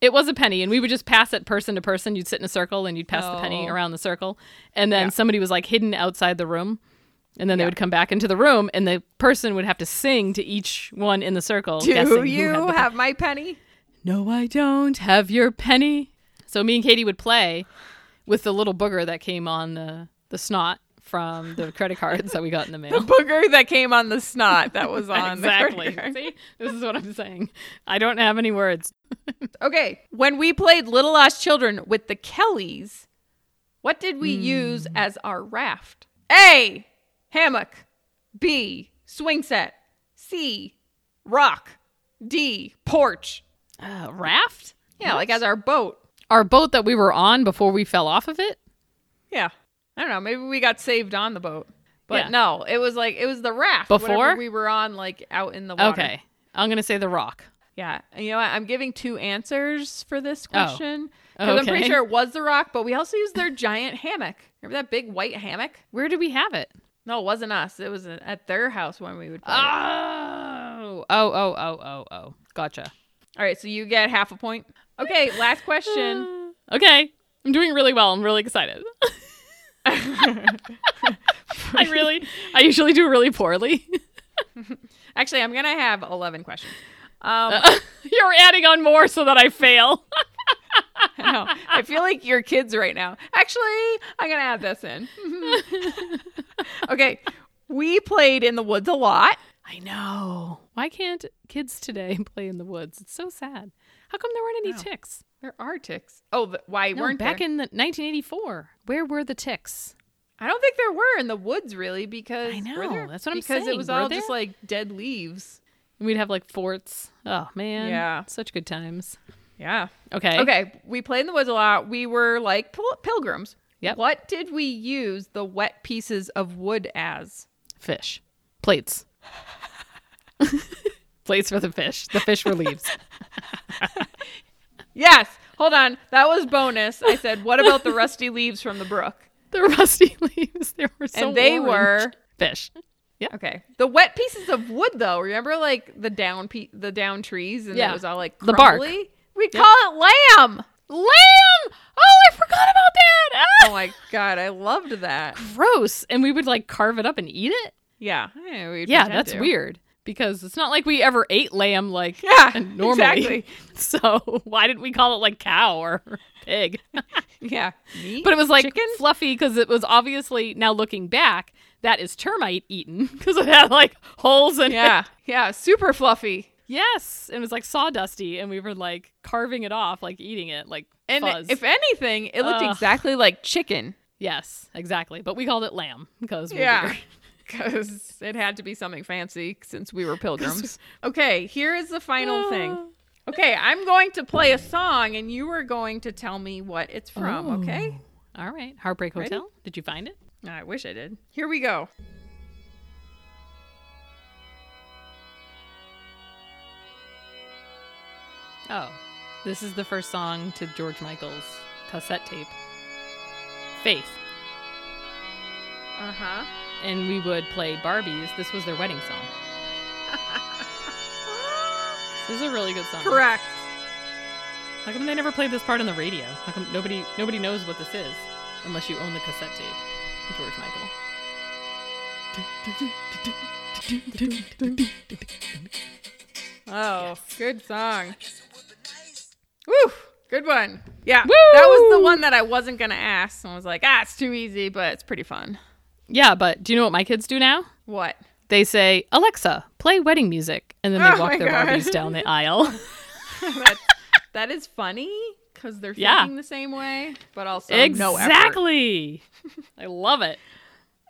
[SPEAKER 2] It was a penny, and we would just pass it person to person. You'd sit in a circle and you'd pass the penny
[SPEAKER 3] Oh.
[SPEAKER 2] around the circle, and then
[SPEAKER 3] Yeah.
[SPEAKER 2] somebody was like hidden outside the room, and then they
[SPEAKER 3] Yeah.
[SPEAKER 2] would come back into the room, and the person would have to sing to each one in the circle. guessing
[SPEAKER 3] Do
[SPEAKER 2] who
[SPEAKER 3] you
[SPEAKER 2] had the
[SPEAKER 3] have,
[SPEAKER 2] penny.
[SPEAKER 3] my penny?
[SPEAKER 2] No, I don't have your penny. So me and Katie would play with the little booger that came on the the snot from the credit cards that we got in the mail.
[SPEAKER 3] <laughs> Booger that came on the snot
[SPEAKER 2] <laughs>
[SPEAKER 3] that was on the
[SPEAKER 2] exactly.
[SPEAKER 3] burger.
[SPEAKER 2] See, this is what I'm saying. I don't have any words.
[SPEAKER 3] Okay, when we played Little Lost Children with the Kellys, what did
[SPEAKER 2] Hmm.
[SPEAKER 3] we use as our raft? A. Hammock. B. Swing set. C. Rock. D. Porch.
[SPEAKER 2] Uh, raft?
[SPEAKER 3] Yeah, like as our boat.
[SPEAKER 2] Our boat that we were on before we fell off of it.
[SPEAKER 3] Yeah. I don't know. Maybe we got saved on the boat. But
[SPEAKER 2] Yeah.
[SPEAKER 3] no, it was like it was the raft whatever
[SPEAKER 2] Before?
[SPEAKER 3] we were on, like out in the water.
[SPEAKER 2] Okay, I'm gonna say the rock.
[SPEAKER 3] Yeah. And you know what? I'm giving two answers for this question.
[SPEAKER 2] Oh.
[SPEAKER 3] 'Cause I'm pretty
[SPEAKER 2] Okay.
[SPEAKER 3] sure it was the rock, but we also used their giant hammock. Remember that big white hammock?
[SPEAKER 2] Where did we have it?
[SPEAKER 3] No, it wasn't us. It was at their house when we would play.
[SPEAKER 2] Ah. Oh, oh, oh, oh, oh, oh. Gotcha.
[SPEAKER 3] All right, so you get half a point. Okay,
[SPEAKER 2] <laughs>
[SPEAKER 3] last question.
[SPEAKER 2] Okay, I'm doing really well. I'm really <laughs> excited. I really, I usually do really poorly. <laughs>
[SPEAKER 3] Actually, I'm gonna have 11 questions. Um,
[SPEAKER 2] You're adding on more so that I fail. <laughs>
[SPEAKER 3] I know. I feel like you're kids right now. Actually, I'm going to add this <laughs> in. okay. We played in the woods a lot.
[SPEAKER 2] I know. Why can't kids today <laughs> play in the woods? It's so sad. How come there weren't any
[SPEAKER 3] Wow.
[SPEAKER 2] ticks?
[SPEAKER 3] There are ticks. Oh, th- why
[SPEAKER 2] No,
[SPEAKER 3] weren't
[SPEAKER 2] back
[SPEAKER 3] there?
[SPEAKER 2] in the 1984. Where were the ticks?
[SPEAKER 3] I don't think there were in the woods really because
[SPEAKER 2] I
[SPEAKER 3] were
[SPEAKER 2] know.
[SPEAKER 3] there?
[SPEAKER 2] That's what I'm
[SPEAKER 3] because
[SPEAKER 2] saying.
[SPEAKER 3] it was
[SPEAKER 2] Were
[SPEAKER 3] all
[SPEAKER 2] there?
[SPEAKER 3] just like dead leaves.
[SPEAKER 2] And we'd have like forts. Oh man,
[SPEAKER 3] Yeah.
[SPEAKER 2] such good times.
[SPEAKER 3] Yeah.
[SPEAKER 2] Okay,
[SPEAKER 3] Okay. We played in the woods a lot. We were like pil- pilgrims.
[SPEAKER 2] Yep.
[SPEAKER 3] What did we use the wet pieces of wood as?
[SPEAKER 2] fish, plates, <laughs> plates for the fish. The fish were leaves.
[SPEAKER 3] Yes. Hold on. That was bonus. I said, what about <laughs> the rusty leaves from the brook?
[SPEAKER 2] <laughs> the rusty leaves. They were so.
[SPEAKER 3] and they
[SPEAKER 2] orange.
[SPEAKER 3] were
[SPEAKER 2] fish.
[SPEAKER 3] Okay. The wet pieces of wood, though. Remember, like the down pe- the down trees, and
[SPEAKER 2] Yeah.
[SPEAKER 3] it was all like
[SPEAKER 2] The bark.
[SPEAKER 3] crumbly? We'd call it lamb.
[SPEAKER 2] Lamb. Oh, I forgot about that. Ah!
[SPEAKER 3] Oh my god, I loved that.
[SPEAKER 2] Gross. And we would like carve it up and eat it.
[SPEAKER 3] Yeah. Yeah, we'd
[SPEAKER 2] Yeah,
[SPEAKER 3] pretend
[SPEAKER 2] that's
[SPEAKER 3] to.
[SPEAKER 2] weird because it's not like we ever ate lamb like
[SPEAKER 3] Yeah,
[SPEAKER 2] <laughs> normally.
[SPEAKER 3] exactly.
[SPEAKER 2] <laughs> So why didn't we call it like cow or <laughs> pig?
[SPEAKER 3] Yeah. Meat?
[SPEAKER 2] But it was like
[SPEAKER 3] Chicken?
[SPEAKER 2] fluffy because it was obviously now looking back that is termite eaten <laughs> because it had like holes <laughs> in it.
[SPEAKER 3] yeah, yeah, super fluffy.
[SPEAKER 2] Yes, and it was like sawdusty, and we were like carving it off, like eating it, like
[SPEAKER 3] And
[SPEAKER 2] fuzz.
[SPEAKER 3] if anything, it looked
[SPEAKER 2] Ugh.
[SPEAKER 3] exactly like chicken.
[SPEAKER 2] yes, exactly. But we called it lamb because we
[SPEAKER 3] Yeah. <laughs>
[SPEAKER 2] were-
[SPEAKER 3] Because it had to be something fancy since we were pilgrims. Okay, here is the final thing. Okay, I'm going to play a song and you are going to tell me what it's from, okay?
[SPEAKER 2] <laughs> All right, Heartbreak
[SPEAKER 3] Ready?
[SPEAKER 2] Hotel. Did you find it?
[SPEAKER 3] I wish I did. Here we go.
[SPEAKER 2] Oh, this is the first song to George Michael's cassette tape, Faith.
[SPEAKER 3] Uh huh.
[SPEAKER 2] And we would play Barbies. This was their wedding
[SPEAKER 3] <laughs>
[SPEAKER 2] song. This is a really good song.
[SPEAKER 3] Correct.
[SPEAKER 2] How come they never played this part on the radio? How come nobody nobody knows what this is unless you own the cassette tape, George Michael.
[SPEAKER 3] <laughs> Oh, good song. Woo! Good one. Yeah. That was the one that I wasn't going to ask. And I was like, ah, it's too easy, but it's pretty fun.
[SPEAKER 2] Yeah, but do you know what my kids do now?
[SPEAKER 3] What?
[SPEAKER 2] They say, "Alexa, play wedding music," and then they
[SPEAKER 3] <laughs> Oh my
[SPEAKER 2] walk their
[SPEAKER 3] God. Oh,
[SPEAKER 2] Barbies down the
[SPEAKER 3] <laughs>
[SPEAKER 2] aisle.
[SPEAKER 3] That, that is funny because they're
[SPEAKER 2] Yeah.
[SPEAKER 3] thinking the same way, but also no effort.
[SPEAKER 2] exactly. I love it.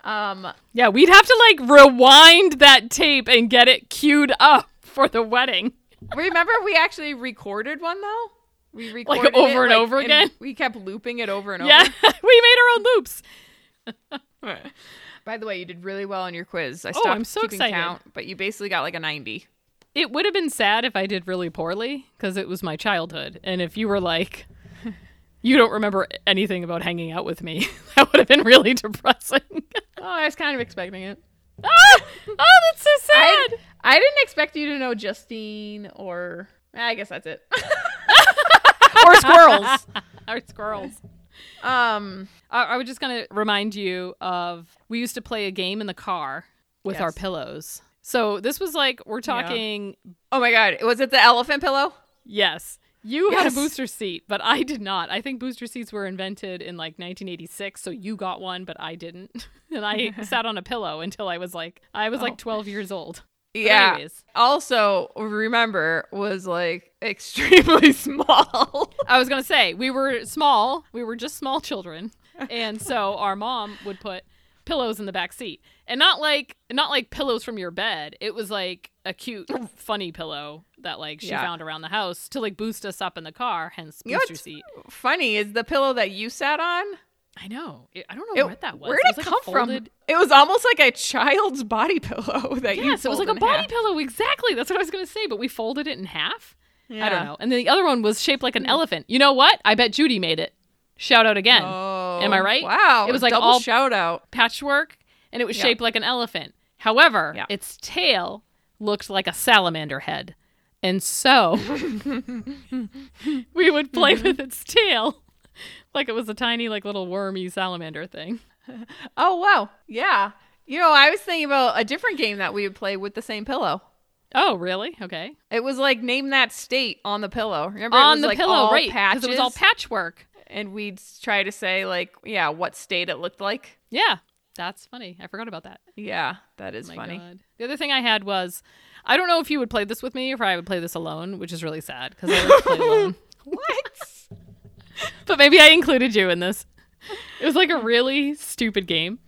[SPEAKER 3] Um,
[SPEAKER 2] Yeah, we'd have to like rewind that tape and get it queued up for the wedding.
[SPEAKER 3] remember, we actually recorded one, though? We recorded it,
[SPEAKER 2] over and over again?
[SPEAKER 3] we kept looping it over and
[SPEAKER 2] Yeah, <laughs>
[SPEAKER 3] over.
[SPEAKER 2] we made our own loops. <laughs>
[SPEAKER 3] By the way, you did really well on your quiz. I
[SPEAKER 2] Oh,
[SPEAKER 3] stopped
[SPEAKER 2] I'm so
[SPEAKER 3] keeping
[SPEAKER 2] excited.
[SPEAKER 3] count, but you basically got like a 90.
[SPEAKER 2] It would have been sad if I did really poorly because it was my childhood. And if you were like, you don't remember <laughs> anything about hanging out with me, that would have been really <laughs> depressing.
[SPEAKER 3] Oh, I was kind of expecting it.
[SPEAKER 2] Oh, that's so
[SPEAKER 3] I,
[SPEAKER 2] sad.
[SPEAKER 3] I didn't expect you to know Justine or eh, I guess that's it. <laughs> or squirrels.
[SPEAKER 2] <laughs> Our squirrels.
[SPEAKER 3] Um
[SPEAKER 2] I, I was just gonna remind you of we used to play a game in the car with our
[SPEAKER 3] Yes.
[SPEAKER 2] pillows. So this was like we're talking.
[SPEAKER 3] oh my god, was it the elephant pillow?
[SPEAKER 2] Yes, you had
[SPEAKER 3] Yes.
[SPEAKER 2] a booster seat, but I did not. I think booster seats were invented in like 1986, so you got one, but I didn't, <laughs> and
[SPEAKER 3] <laughs>
[SPEAKER 2] I sat on a pillow until I was like I was
[SPEAKER 3] Oh.
[SPEAKER 2] like 12 years old. But
[SPEAKER 3] Yeah.
[SPEAKER 2] anyways,
[SPEAKER 3] Also, remember was like <laughs> extremely small. <laughs>
[SPEAKER 2] I was gonna say we were small. We were just small children, and
[SPEAKER 3] <laughs>
[SPEAKER 2] so our mom would put pillows in the back seat, and not like not like pillows from your bed. It was like a
[SPEAKER 3] <laughs>
[SPEAKER 2] cute, funny pillow that like she
[SPEAKER 3] Yeah.
[SPEAKER 2] found around the house to like boost us up in the car. Hence
[SPEAKER 3] You know
[SPEAKER 2] booster
[SPEAKER 3] what's
[SPEAKER 2] seat.
[SPEAKER 3] Funny is the pillow that you sat on.
[SPEAKER 2] I know. It- I don't know
[SPEAKER 3] It-
[SPEAKER 2] what that was.
[SPEAKER 3] Where did it,
[SPEAKER 2] was, like,
[SPEAKER 3] come
[SPEAKER 2] a
[SPEAKER 3] from?
[SPEAKER 2] folded-
[SPEAKER 3] It was almost like a child's body pillow <laughs> that you.
[SPEAKER 2] Yes, it was like
[SPEAKER 3] fold
[SPEAKER 2] a
[SPEAKER 3] in
[SPEAKER 2] body
[SPEAKER 3] half.
[SPEAKER 2] pillow. Exactly. That's what I was gonna say. But we folded it in half. I
[SPEAKER 3] Yeah. Hmm.
[SPEAKER 2] don't know. And then the other one was shaped like an elephant. You know what? I bet Judy made it. Shout out again.
[SPEAKER 3] Oh,
[SPEAKER 2] Am I right?
[SPEAKER 3] Wow,
[SPEAKER 2] It was like
[SPEAKER 3] double
[SPEAKER 2] all-
[SPEAKER 3] shout out.
[SPEAKER 2] patchwork and it was
[SPEAKER 3] Yeah.
[SPEAKER 2] shaped like an elephant. However,
[SPEAKER 3] Yeah.
[SPEAKER 2] its tail looked like a salamander head. And
[SPEAKER 3] <laughs>
[SPEAKER 2] so we would play
[SPEAKER 3] Mm-hmm.
[SPEAKER 2] with its tail <laughs> like it was a tiny like little wormy salamander thing.
[SPEAKER 3] Oh wow, yeah. You know, I was thinking about a different game that we would play with the same pillow.
[SPEAKER 2] Oh, really? Okay.
[SPEAKER 3] It was like name that state on the pillow. Remember, it
[SPEAKER 2] On
[SPEAKER 3] was
[SPEAKER 2] the
[SPEAKER 3] like
[SPEAKER 2] pillow,
[SPEAKER 3] all
[SPEAKER 2] right? Because it was all
[SPEAKER 3] patches,
[SPEAKER 2] patchwork.
[SPEAKER 3] and we'd s- try to say like, yeah, what state it looked like.
[SPEAKER 2] Yeah. That's funny. I forgot about that.
[SPEAKER 3] Yeah, that is
[SPEAKER 2] Oh My
[SPEAKER 3] funny.
[SPEAKER 2] God. The other thing I had was I don't know if you would play this with me or if I would play this alone, which is really sad because I like to play alone. <laughs>
[SPEAKER 3] What?
[SPEAKER 2] But maybe I included you in this. It was like a really stupid game.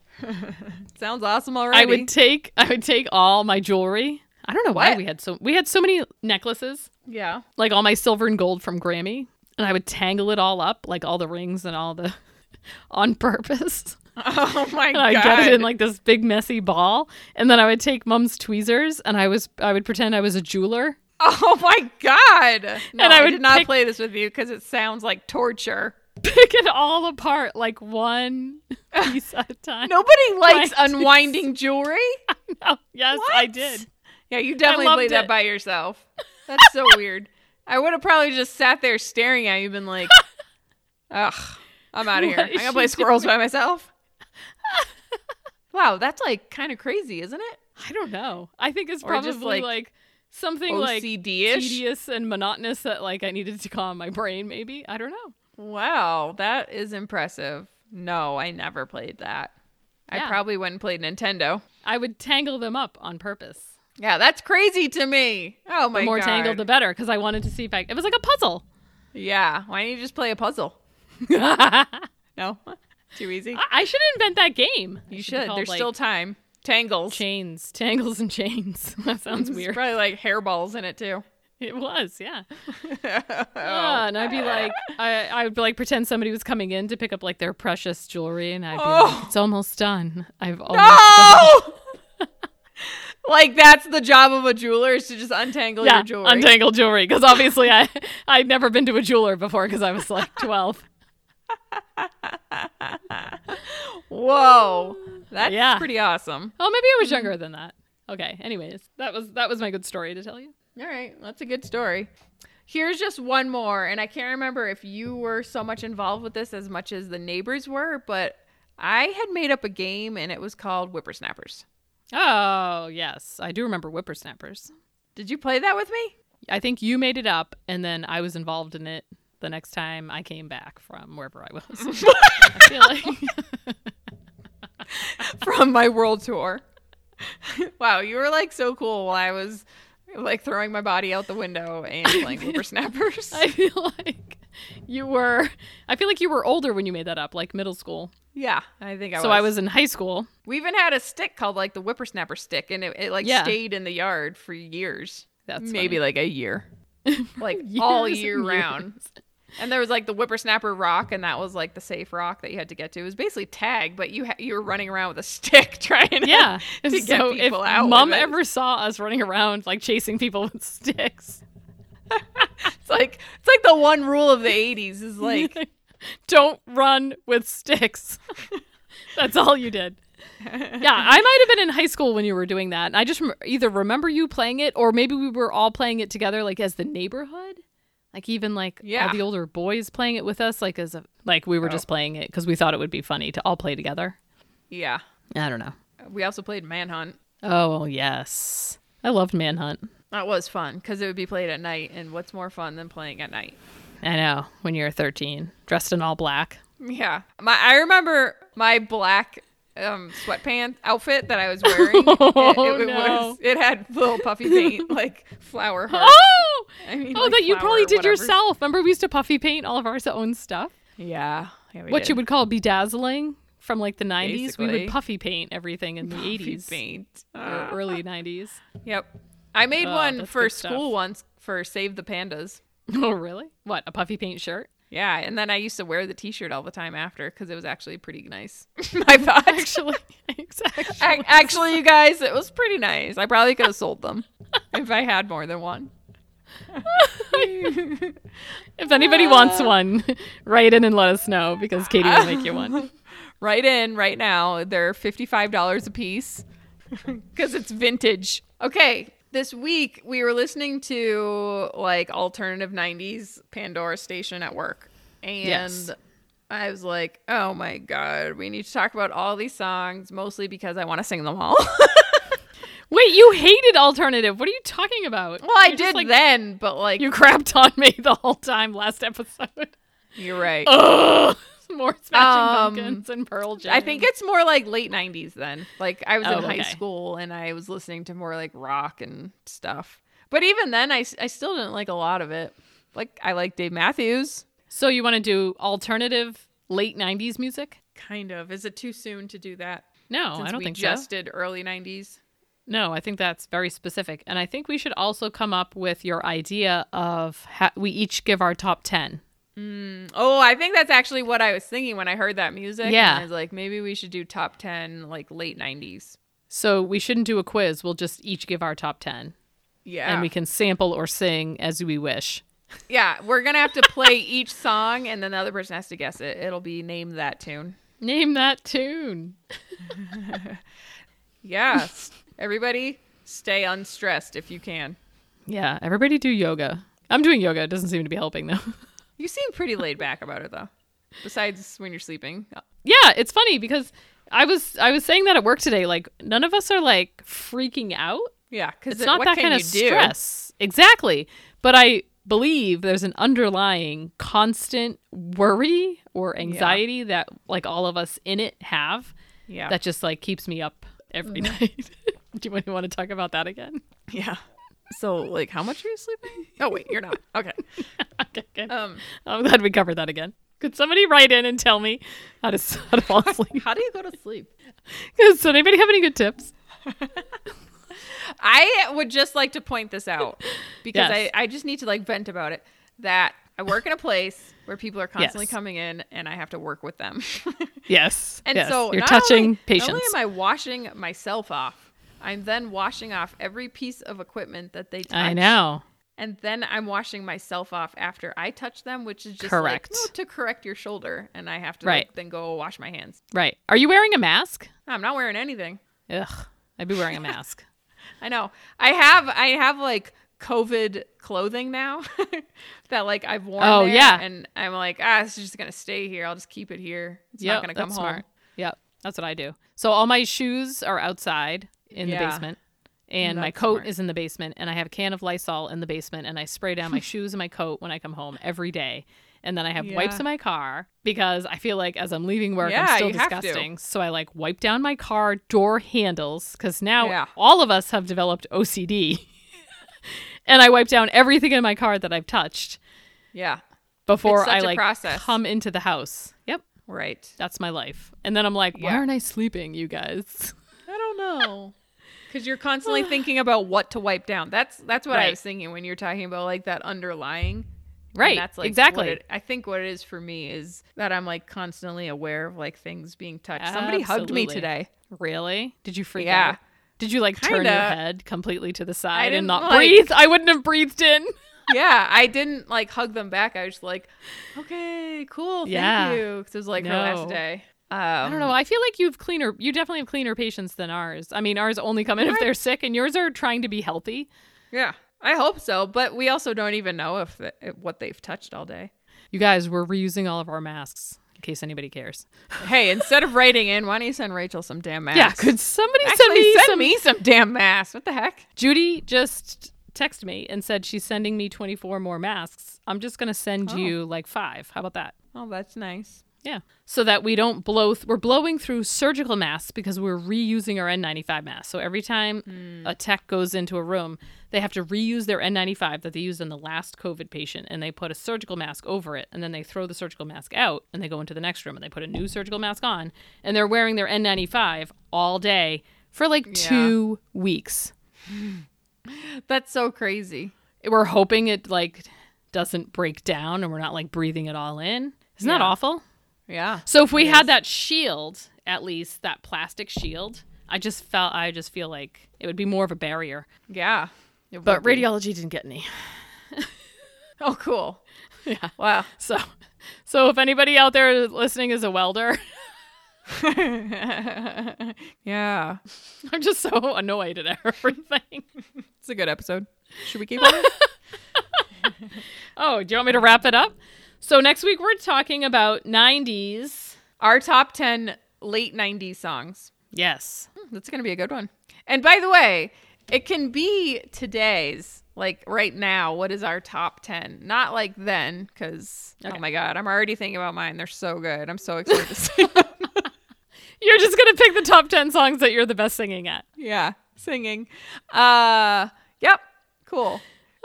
[SPEAKER 3] Sounds awesome already.
[SPEAKER 2] I would take I would take all my jewelry. I don't know why
[SPEAKER 3] What?
[SPEAKER 2] we had so we had so many necklaces, <laughs>
[SPEAKER 3] yeah.
[SPEAKER 2] like all my silver and gold from Grammy, and I would tangle it all up, like all the rings and all the <laughs> on purpose.
[SPEAKER 3] Oh my
[SPEAKER 2] And I
[SPEAKER 3] god.
[SPEAKER 2] got it in like this big messy ball, and then I would take mom's tweezers and I was I would pretend I was a jeweler. <laughs>
[SPEAKER 3] <laughs> Oh my god! No,
[SPEAKER 2] And
[SPEAKER 3] I,
[SPEAKER 2] I
[SPEAKER 3] did
[SPEAKER 2] would
[SPEAKER 3] not
[SPEAKER 2] pick-
[SPEAKER 3] play this with you because it sounds like torture.
[SPEAKER 2] Pick it all apart like one <laughs> piece at a time.
[SPEAKER 3] Nobody <laughs> likes
[SPEAKER 2] Right.
[SPEAKER 3] unwinding jewelry.
[SPEAKER 2] No, <laughs> yes, I did.
[SPEAKER 3] Yeah, you definitely
[SPEAKER 2] loved
[SPEAKER 3] played that
[SPEAKER 2] it.
[SPEAKER 3] by yourself.
[SPEAKER 2] <laughs>
[SPEAKER 3] That's so weird. I would have probably just sat there staring at you,
[SPEAKER 2] <laughs>
[SPEAKER 3] been like, "Ugh, I'm out of here.
[SPEAKER 2] What
[SPEAKER 3] I'm
[SPEAKER 2] is
[SPEAKER 3] gonna play
[SPEAKER 2] she
[SPEAKER 3] squirrels by
[SPEAKER 2] <laughs>
[SPEAKER 3] myself." wow, that's like kind of crazy, isn't it?
[SPEAKER 2] I don't know. I think it's
[SPEAKER 3] Or just,
[SPEAKER 2] probably
[SPEAKER 3] like,
[SPEAKER 2] like, something like
[SPEAKER 3] OCD-ish.
[SPEAKER 2] tedious and monotonous that like I needed to calm my <laughs> brain. Maybe I don't know.
[SPEAKER 3] Wow, that is impressive. No, I never played that. I
[SPEAKER 2] Yeah.
[SPEAKER 3] probably went and played Nintendo.
[SPEAKER 2] I would tangle them up on purpose.
[SPEAKER 3] Yeah, that's crazy to me. Oh my
[SPEAKER 2] The more
[SPEAKER 3] god.
[SPEAKER 2] tangled, the better, because I wanted to see if I. It was like a puzzle.
[SPEAKER 3] <laughs> Yeah, why don't you just play a puzzle?
[SPEAKER 2] I,
[SPEAKER 3] No, <laughs> too easy.
[SPEAKER 2] I should invent that game. Ah, It
[SPEAKER 3] You
[SPEAKER 2] be
[SPEAKER 3] should.
[SPEAKER 2] called,
[SPEAKER 3] There's
[SPEAKER 2] like,
[SPEAKER 3] still time. Tangles.
[SPEAKER 2] chains, <laughs> tangles, and chains. <laughs> that sounds
[SPEAKER 3] There's
[SPEAKER 2] weird.
[SPEAKER 3] probably like hairballs in it too. <laughs>
[SPEAKER 2] It was, yeah.
[SPEAKER 3] Oh.
[SPEAKER 2] Yeah, and I'd be like, I, I would be like pretend somebody was coming in to pick up like their precious jewelry, and I'd be
[SPEAKER 3] Oh.
[SPEAKER 2] like, it's almost done. I've almost done.
[SPEAKER 3] Oh! <laughs> like that's the job of a jeweler is to just untangle your jewelry.
[SPEAKER 2] untangle jewelry. Oh. Because obviously, I <laughs> I'd never been to a jeweler before because I was <laughs> like twelve.
[SPEAKER 3] Whoa. That's
[SPEAKER 2] Yeah.
[SPEAKER 3] pretty awesome.
[SPEAKER 2] Oh, maybe I was younger than that. Okay. Anyways, that was that was my good story to tell you.
[SPEAKER 3] All right, that's a good story. Here's just one more, and I can't remember if you were so much involved with this as much as the neighbors were, but I had made up a game and it was called Whippersnappers.
[SPEAKER 2] Oh yes, I do remember whippersnappers.
[SPEAKER 3] Did you play that with me? <laughs>
[SPEAKER 2] I think you made it up, and then I was involved in it the next time I came back from wherever I <laughs> was. I feel <laughs> like
[SPEAKER 3] From my world tour. <laughs> wow, you were like so cool while I was like throwing my body out the window and
[SPEAKER 2] <laughs>
[SPEAKER 3] playing Whippersnappers.
[SPEAKER 2] I feel like you were. I feel like you were older when you made that up, like middle school.
[SPEAKER 3] yeah, I think I
[SPEAKER 2] so
[SPEAKER 3] was.
[SPEAKER 2] I was in high school.
[SPEAKER 3] We even had a stick called like the Whippersnapper stick, and it, it like
[SPEAKER 2] Yeah.
[SPEAKER 3] stayed in the yard for years.
[SPEAKER 2] That's
[SPEAKER 3] maybe
[SPEAKER 2] funny.
[SPEAKER 3] like a
[SPEAKER 2] <laughs>
[SPEAKER 3] year. Like all
[SPEAKER 2] Years
[SPEAKER 3] year
[SPEAKER 2] and
[SPEAKER 3] round.
[SPEAKER 2] years.
[SPEAKER 3] And there was like the whippersnapper rock, and that was like the safe rock that you had to get to. It was basically tag, but you ha- you were running around with a <laughs> stick trying <laughs> to,
[SPEAKER 2] Yeah.
[SPEAKER 3] to get
[SPEAKER 2] so if
[SPEAKER 3] people out.
[SPEAKER 2] mom
[SPEAKER 3] with it.
[SPEAKER 2] ever saw us running around like chasing people with sticks,
[SPEAKER 3] it's like it's like the one rule of the '80s
[SPEAKER 2] <laughs>
[SPEAKER 3] is <laughs> like
[SPEAKER 2] don't run with sticks. <laughs> That's all you did.
[SPEAKER 3] <laughs>
[SPEAKER 2] yeah, I might have been in high school when you were doing that. I just rem- either remember you playing it or maybe we were all playing it together like as the neighborhood. Like even like
[SPEAKER 3] Yeah. Oh.
[SPEAKER 2] all the older boys playing it with us like as a like we were just playing it cuz we thought it would be funny to all play together.
[SPEAKER 3] Yeah.
[SPEAKER 2] I don't know.
[SPEAKER 3] We also played Manhunt.
[SPEAKER 2] Oh, yes. I loved Manhunt.
[SPEAKER 3] That was fun because it would be played at night, and what's more fun than playing at night?
[SPEAKER 2] I know, when you're 13, dressed in all black.
[SPEAKER 3] Yeah. My I remember my black um sweatpants outfit that I was wearing.
[SPEAKER 2] <laughs> Oh,
[SPEAKER 3] it, it
[SPEAKER 2] no.
[SPEAKER 3] was it had little puffy paint like
[SPEAKER 2] <laughs>
[SPEAKER 3] flower hearts.
[SPEAKER 2] Oh!
[SPEAKER 3] <laughs> I mean,
[SPEAKER 2] oh,
[SPEAKER 3] like
[SPEAKER 2] that you
[SPEAKER 3] flower
[SPEAKER 2] probably
[SPEAKER 3] or
[SPEAKER 2] did
[SPEAKER 3] whatever.
[SPEAKER 2] yourself. Remember we used to puffy paint all of our own stuff?
[SPEAKER 3] Yeah. yeah we
[SPEAKER 2] what
[SPEAKER 3] did.
[SPEAKER 2] you would call bedazzling from like the 90s. We
[SPEAKER 3] Basically.
[SPEAKER 2] would puffy paint everything in the
[SPEAKER 3] Puffy
[SPEAKER 2] 80s
[SPEAKER 3] paint.
[SPEAKER 2] or
[SPEAKER 3] Ah.
[SPEAKER 2] early 90s.
[SPEAKER 3] Yep. I made
[SPEAKER 2] Oh,
[SPEAKER 3] one
[SPEAKER 2] that's
[SPEAKER 3] for
[SPEAKER 2] good stuff.
[SPEAKER 3] school once for Save the Pandas.
[SPEAKER 2] <laughs> Oh, really? What, a puffy paint
[SPEAKER 3] <laughs>
[SPEAKER 2] shirt?
[SPEAKER 3] Yeah, and then I used to wear the T-shirt all the time after because it was actually pretty <laughs> nice. I thought,
[SPEAKER 2] Actually, <laughs> exactly.
[SPEAKER 3] Ac- actually, you guys, it was pretty nice. I probably could have sold <laughs> them if I had more than one.
[SPEAKER 2] <laughs> If anybody
[SPEAKER 3] Ah.
[SPEAKER 2] wants one, write in and let us know because Katie will make you one.
[SPEAKER 3] Right in right now. They're $55 a <laughs> piece because it's <laughs> vintage. Okay. This week we were listening to like alternative 90s Pandora station at work. And
[SPEAKER 2] Yes.
[SPEAKER 3] I was like, oh my God, we need to talk about all these songs, mostly because I want to sing them all. <laughs>
[SPEAKER 2] Wait, you hated alternative. What are you talking about?
[SPEAKER 3] well, I
[SPEAKER 2] You're just
[SPEAKER 3] did
[SPEAKER 2] like-
[SPEAKER 3] then, but like,
[SPEAKER 2] You crapped on me the whole time last episode. <laughs>
[SPEAKER 3] you're right.
[SPEAKER 2] Oh, Ugh. More
[SPEAKER 3] Um,
[SPEAKER 2] Smashing Pumpkins and Pearl Jam.
[SPEAKER 3] I think it's more like late 90s then. Like I was
[SPEAKER 2] Oh,
[SPEAKER 3] in high
[SPEAKER 2] okay.
[SPEAKER 3] school and I was listening to more like rock and stuff. But even then, I, s- I still didn't like a lot of it. Like I like Dave Matthews.
[SPEAKER 2] so. You want to do alternative late '90s music?
[SPEAKER 3] Kind of. Is it too soon to do that?
[SPEAKER 2] No, Oh, I don't
[SPEAKER 3] we
[SPEAKER 2] think
[SPEAKER 3] just
[SPEAKER 2] so.
[SPEAKER 3] did early 90s.
[SPEAKER 2] No, I think that's very specific, and I think we should also come up with your idea of ha- we each give our top ten.
[SPEAKER 3] Oh, I think that's actually what I was thinking when I heard that music. and
[SPEAKER 2] Yeah.
[SPEAKER 3] I was like, maybe we should do top 10 like late 90s.
[SPEAKER 2] So we shouldn't do a quiz. We'll just each give our top ten,
[SPEAKER 3] Yeah.
[SPEAKER 2] and we can sample or sing as we wish.
[SPEAKER 3] yeah, we're going to have to play each song and then the other person has to guess it. It'll be name that tune.
[SPEAKER 2] Name that tune. <laughs>
[SPEAKER 3] Yes. Everybody stay unstressed if you can.
[SPEAKER 2] Yeah, everybody do yoga. I'm doing yoga. It doesn't seem to be helping though. <laughs>
[SPEAKER 3] You seem pretty laid back about it though. Besides when you're sleeping.
[SPEAKER 2] yeah it's funny because i was i was saying that at work today like none of us are like freaking out
[SPEAKER 3] Yeah, cuz
[SPEAKER 2] it's not that kind of stress exactly but i believe there's an underlying constant worry or anxiety that like all of us in it have
[SPEAKER 3] Yeah. Mm-hmm.
[SPEAKER 2] that just like keeps me up every night <laughs> do you want to talk about that again <laughs>
[SPEAKER 3] yeah. So like how much are you sleeping? Oh wait, you're not. Okay.
[SPEAKER 2] okay, good.
[SPEAKER 3] Um
[SPEAKER 2] i'm glad we covered that again could somebody write in and tell me how to, <laughs> how to fall asleep
[SPEAKER 3] how do you go to sleep?
[SPEAKER 2] does anybody have any good tips
[SPEAKER 3] I would just like to point this
[SPEAKER 2] <laughs>
[SPEAKER 3] out because
[SPEAKER 2] Yes.
[SPEAKER 3] I, I just need to like vent about it that I work in a place where people are constantly
[SPEAKER 2] Yes.
[SPEAKER 3] coming in and I have to work with them. <laughs>
[SPEAKER 2] yes
[SPEAKER 3] And
[SPEAKER 2] yes.
[SPEAKER 3] so
[SPEAKER 2] you're
[SPEAKER 3] not
[SPEAKER 2] touching
[SPEAKER 3] only,
[SPEAKER 2] patients
[SPEAKER 3] Not only am I washing myself off, I'm then washing off every piece of equipment that they touch.
[SPEAKER 2] I know.
[SPEAKER 3] And then I'm washing myself off after I touch them, which is just
[SPEAKER 2] Correct.
[SPEAKER 3] like, no, to correct your shoulder, and I have to
[SPEAKER 2] Right.
[SPEAKER 3] like, then go wash my hands.
[SPEAKER 2] Right. Are you wearing a mask?
[SPEAKER 3] I'm not wearing anything.
[SPEAKER 2] Ugh. I'd be
[SPEAKER 3] <laughs>
[SPEAKER 2] wearing a mask.
[SPEAKER 3] I know. I have I have like COVID clothing now <laughs> that like I've worn.
[SPEAKER 2] Oh,
[SPEAKER 3] there,
[SPEAKER 2] yeah.
[SPEAKER 3] And I'm like, ah, it's just gonna stay here. I'll just keep it here. It's
[SPEAKER 2] Yeah,
[SPEAKER 3] not gonna come
[SPEAKER 2] that's
[SPEAKER 3] home.
[SPEAKER 2] Smart. Yep. That's what I do. So all my shoes are outside in the
[SPEAKER 3] Yeah.
[SPEAKER 2] basement. And my
[SPEAKER 3] That's
[SPEAKER 2] coat
[SPEAKER 3] smart.
[SPEAKER 2] is in the basement, and I have a can of Lysol in the basement, and I spray down my
[SPEAKER 3] <laughs>
[SPEAKER 2] shoes and my coat when I come home every day. And then I have wipes
[SPEAKER 3] Yeah.
[SPEAKER 2] in my car because I feel like as I'm leaving work,
[SPEAKER 3] Yeah,
[SPEAKER 2] I'm still
[SPEAKER 3] you have to.
[SPEAKER 2] disgusting. So I like wipe down my car door handles because now
[SPEAKER 3] Yeah.
[SPEAKER 2] all of us have developed OCD, <laughs> and I wipe down everything in my car that I've touched.
[SPEAKER 3] Yeah. It's
[SPEAKER 2] before
[SPEAKER 3] such
[SPEAKER 2] I
[SPEAKER 3] a
[SPEAKER 2] like
[SPEAKER 3] process.
[SPEAKER 2] come into the house. Yep,
[SPEAKER 3] Right.
[SPEAKER 2] that's my life. And then I'm like, why
[SPEAKER 3] Yeah.
[SPEAKER 2] aren't I sleeping, you guys?
[SPEAKER 3] I don't <laughs> know. Because you're constantly thinking about what to wipe down. That's that's what I
[SPEAKER 2] Right.
[SPEAKER 3] was thinking when you're talking about like that underlying. And
[SPEAKER 2] Right.
[SPEAKER 3] that's like
[SPEAKER 2] exactly.
[SPEAKER 3] What it, I think what it is for me is that I'm like constantly aware of like things being touched. Somebody hugged me
[SPEAKER 2] Absolutely.
[SPEAKER 3] today.
[SPEAKER 2] really? Did you freak
[SPEAKER 3] Yeah.
[SPEAKER 2] out? Did you like turn your
[SPEAKER 3] Kinda.
[SPEAKER 2] head completely to the side
[SPEAKER 3] didn't,
[SPEAKER 2] and not
[SPEAKER 3] like-
[SPEAKER 2] breathe? I wouldn't have breathed in.
[SPEAKER 3] yeah, I didn't like hug them back. I was like, okay, cool, thank
[SPEAKER 2] Yeah.
[SPEAKER 3] you. Because it was like her
[SPEAKER 2] No.
[SPEAKER 3] last day. Um,
[SPEAKER 2] I don't know. I feel like you've cleaner. You definitely have cleaner patients than ours. I mean, ours only come in if they're sick, and yours are trying to be healthy.
[SPEAKER 3] Yeah, I hope so. But we also don't even know if, the, if what they've touched all day.
[SPEAKER 2] You guys, we're reusing all of our masks in case anybody cares.
[SPEAKER 3] Hey, instead of writing in, why don't you send Rachel some damn masks?
[SPEAKER 2] Yeah, could somebody
[SPEAKER 3] Actually,
[SPEAKER 2] send me some?
[SPEAKER 3] me some damn masks. What the heck?
[SPEAKER 2] Judy just texted me and said she's sending me 24 more masks. I'm just gonna send you like five. How about that?
[SPEAKER 3] Oh, that's nice.
[SPEAKER 2] Yeah. So that we don't blow, th- we're blowing through surgical masks because we're reusing our N95 masks. So every time a tech goes into a room, they have to reuse their N95 that they used on the last COVID patient and they put a surgical mask over it. And then they throw the surgical mask out and they go into the next room and they put a new surgical mask on. And they're wearing their N95 all day for like two weeks.
[SPEAKER 3] That's so crazy.
[SPEAKER 2] We're hoping it like doesn't break down and we're not like breathing it all in. Isn't that
[SPEAKER 3] Yeah.
[SPEAKER 2] awful?
[SPEAKER 3] Yeah.
[SPEAKER 2] So if we had that shield, at least that plastic shield, I just felt I just feel like it would be more of a barrier.
[SPEAKER 3] Yeah. It
[SPEAKER 2] But
[SPEAKER 3] would be.
[SPEAKER 2] radiology didn't get any. <laughs>
[SPEAKER 3] Oh, cool.
[SPEAKER 2] Yeah.
[SPEAKER 3] Wow.
[SPEAKER 2] So so if anybody out there listening is a welder, <laughs>
[SPEAKER 3] yeah.
[SPEAKER 2] I'm just so annoyed at everything. <laughs>
[SPEAKER 3] It's a good episode. Should we keep on?
[SPEAKER 2] Oh, do you want me to wrap it up? So next week we're talking about 90s.
[SPEAKER 3] Our top 10 late 90s songs.
[SPEAKER 2] Yes.
[SPEAKER 3] That's going to be a good one. And by the way, it can be today's, like right now, what is our top 10? Not like then, because, oh
[SPEAKER 2] Okay.
[SPEAKER 3] my God, I'm already thinking about mine. They're so good. I'm so excited to <laughs> see them.
[SPEAKER 2] You're just going to pick the top 10 songs that you're the best singing at.
[SPEAKER 3] Yeah, singing. Uh, yep, cool.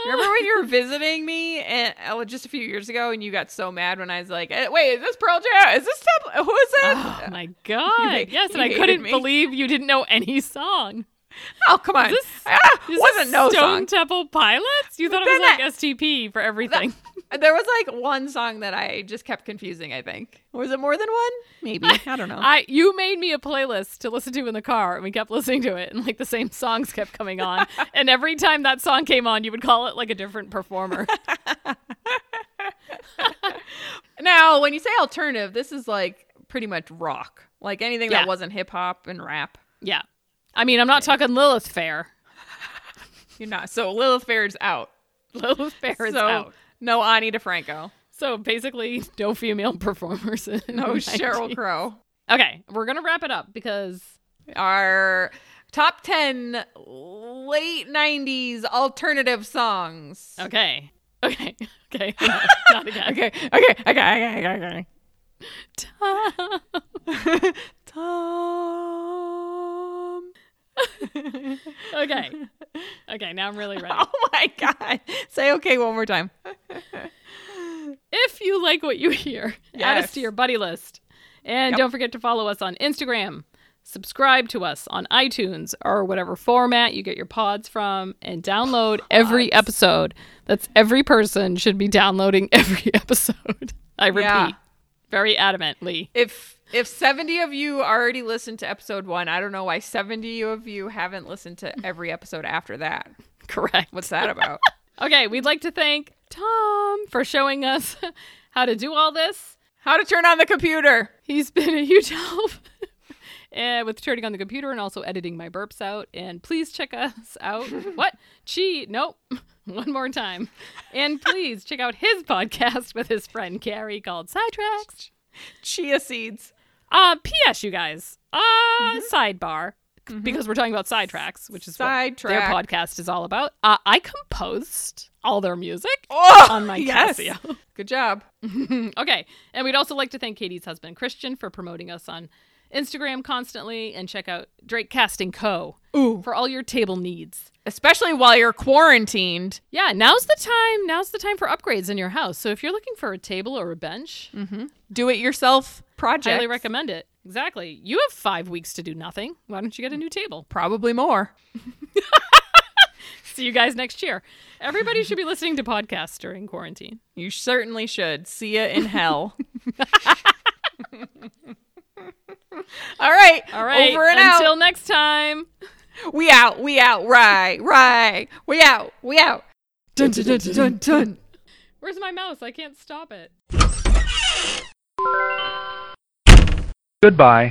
[SPEAKER 3] Remember when you were visiting me and uh, just a few years ago, and you got so mad when I was like, eh, "Wait, is this Pearl Jam? Is this Temple? Who is
[SPEAKER 2] Oh
[SPEAKER 3] that?" <laughs>
[SPEAKER 2] my god.
[SPEAKER 3] hate-
[SPEAKER 2] Yes,
[SPEAKER 3] you
[SPEAKER 2] and I
[SPEAKER 3] hated
[SPEAKER 2] couldn't
[SPEAKER 3] me.
[SPEAKER 2] believe you didn't know any song.
[SPEAKER 3] Oh, come on!
[SPEAKER 2] this-
[SPEAKER 3] ah,
[SPEAKER 2] Is
[SPEAKER 3] wasn't
[SPEAKER 2] this
[SPEAKER 3] no
[SPEAKER 2] Stone
[SPEAKER 3] song.
[SPEAKER 2] Temple Pilots? You thought it
[SPEAKER 3] Then
[SPEAKER 2] was like
[SPEAKER 3] I-
[SPEAKER 2] STP for
[SPEAKER 3] <laughs>
[SPEAKER 2] everything.
[SPEAKER 3] there was like one song that I just kept confusing. I think was it more than one? <laughs> Maybe I don't know.
[SPEAKER 2] I you made me a playlist to listen to in the car, and we kept listening to it, and like the same songs kept coming
[SPEAKER 3] <laughs>
[SPEAKER 2] on. and every time that song came on, you would call it like a different
[SPEAKER 3] <laughs>
[SPEAKER 2] performer.
[SPEAKER 3] now, when you say alternative, this is like pretty much rock, like anything
[SPEAKER 2] Yeah.
[SPEAKER 3] that wasn't hip hop and rap.
[SPEAKER 2] yeah, I mean, I'm not talking Lilith Fair.
[SPEAKER 3] You're not so Lilith Fair's out.
[SPEAKER 2] Lilith Fair is
[SPEAKER 3] so
[SPEAKER 2] out.
[SPEAKER 3] no Ani DeFranco,
[SPEAKER 2] So basically, no female <laughs> performers. in <laughs>
[SPEAKER 3] no <laughs>
[SPEAKER 2] the
[SPEAKER 3] Cheryl
[SPEAKER 2] 90s.
[SPEAKER 3] Crow.
[SPEAKER 2] Okay, we're gonna wrap it up because
[SPEAKER 3] our top 10 late 90s alternative songs.
[SPEAKER 2] okay, okay, <laughs>
[SPEAKER 3] <laughs>
[SPEAKER 2] okay, not again.
[SPEAKER 3] Okay, okay, okay, okay, okay. okay. Tom.
[SPEAKER 2] <laughs> okay, okay. Now I'm really
[SPEAKER 3] <laughs>
[SPEAKER 2] ready.
[SPEAKER 3] <laughs> Oh my God. Say okay one more time.
[SPEAKER 2] If you like what you hear, add us
[SPEAKER 3] Yes.
[SPEAKER 2] to your buddy list. And
[SPEAKER 3] Yep.
[SPEAKER 2] don't forget to follow us on Instagram. Subscribe to us on iTunes or whatever format you get your pods from and download every episode. That's every person should be downloading <laughs> every episode. I repeat,
[SPEAKER 3] Yeah.
[SPEAKER 2] very adamantly. <laughs>
[SPEAKER 3] If if 70 of you already listened to episode one, I don't know why 70 of you haven't listened to every episode after that.
[SPEAKER 2] Correct.
[SPEAKER 3] What's that about?
[SPEAKER 2] <laughs> Okay, we'd like to thank Tom for showing us <laughs> how to do all this.
[SPEAKER 3] How to turn on the computer.
[SPEAKER 2] He's been a huge <laughs> help uh, with turning on the computer and also editing my burps out. And please check us
[SPEAKER 3] <laughs>
[SPEAKER 2] out. what? Chi? Nope. <laughs> One more time. And please check out his podcast with his friend Carrie called Sidetracks.
[SPEAKER 3] Chia seeds.
[SPEAKER 2] Uh, P.S. You guys. Uh,
[SPEAKER 3] Mm-hmm.
[SPEAKER 2] sidebar. Because we're talking about sidetracks, which is what their
[SPEAKER 3] Sidetrack.
[SPEAKER 2] podcast is all about. Uh, I composed all their music
[SPEAKER 3] Oh,
[SPEAKER 2] on my
[SPEAKER 3] yes.
[SPEAKER 2] Casio.
[SPEAKER 3] Good job.
[SPEAKER 2] Okay. And we'd also like to thank Katie's husband, Christian, for promoting us on Instagram constantly and check out Drake Casting Co.
[SPEAKER 3] Ooh.
[SPEAKER 2] for all your table needs.
[SPEAKER 3] Especially while you're quarantined.
[SPEAKER 2] Yeah, now's the time. Now's the time for upgrades in your house. So if you're looking for a table or a bench,
[SPEAKER 3] Mm-hmm. Do it yourself project.
[SPEAKER 2] highly recommend it. Exactly. You have five weeks to do nothing. Why don't you get a new table?
[SPEAKER 3] Probably more.
[SPEAKER 2] See you guys next year. Everybody
[SPEAKER 3] <laughs>
[SPEAKER 2] should be listening to podcasts during quarantine.
[SPEAKER 3] You certainly should. See ya
[SPEAKER 2] <laughs>
[SPEAKER 3] in hell. All right.
[SPEAKER 2] All right.
[SPEAKER 3] Over and
[SPEAKER 2] until next time.
[SPEAKER 3] out. We out. We out. Right. Right. We out. We out. Dun dun dun dun dun. dun.
[SPEAKER 2] Where's my mouse? I can't stop it.
[SPEAKER 1] Goodbye.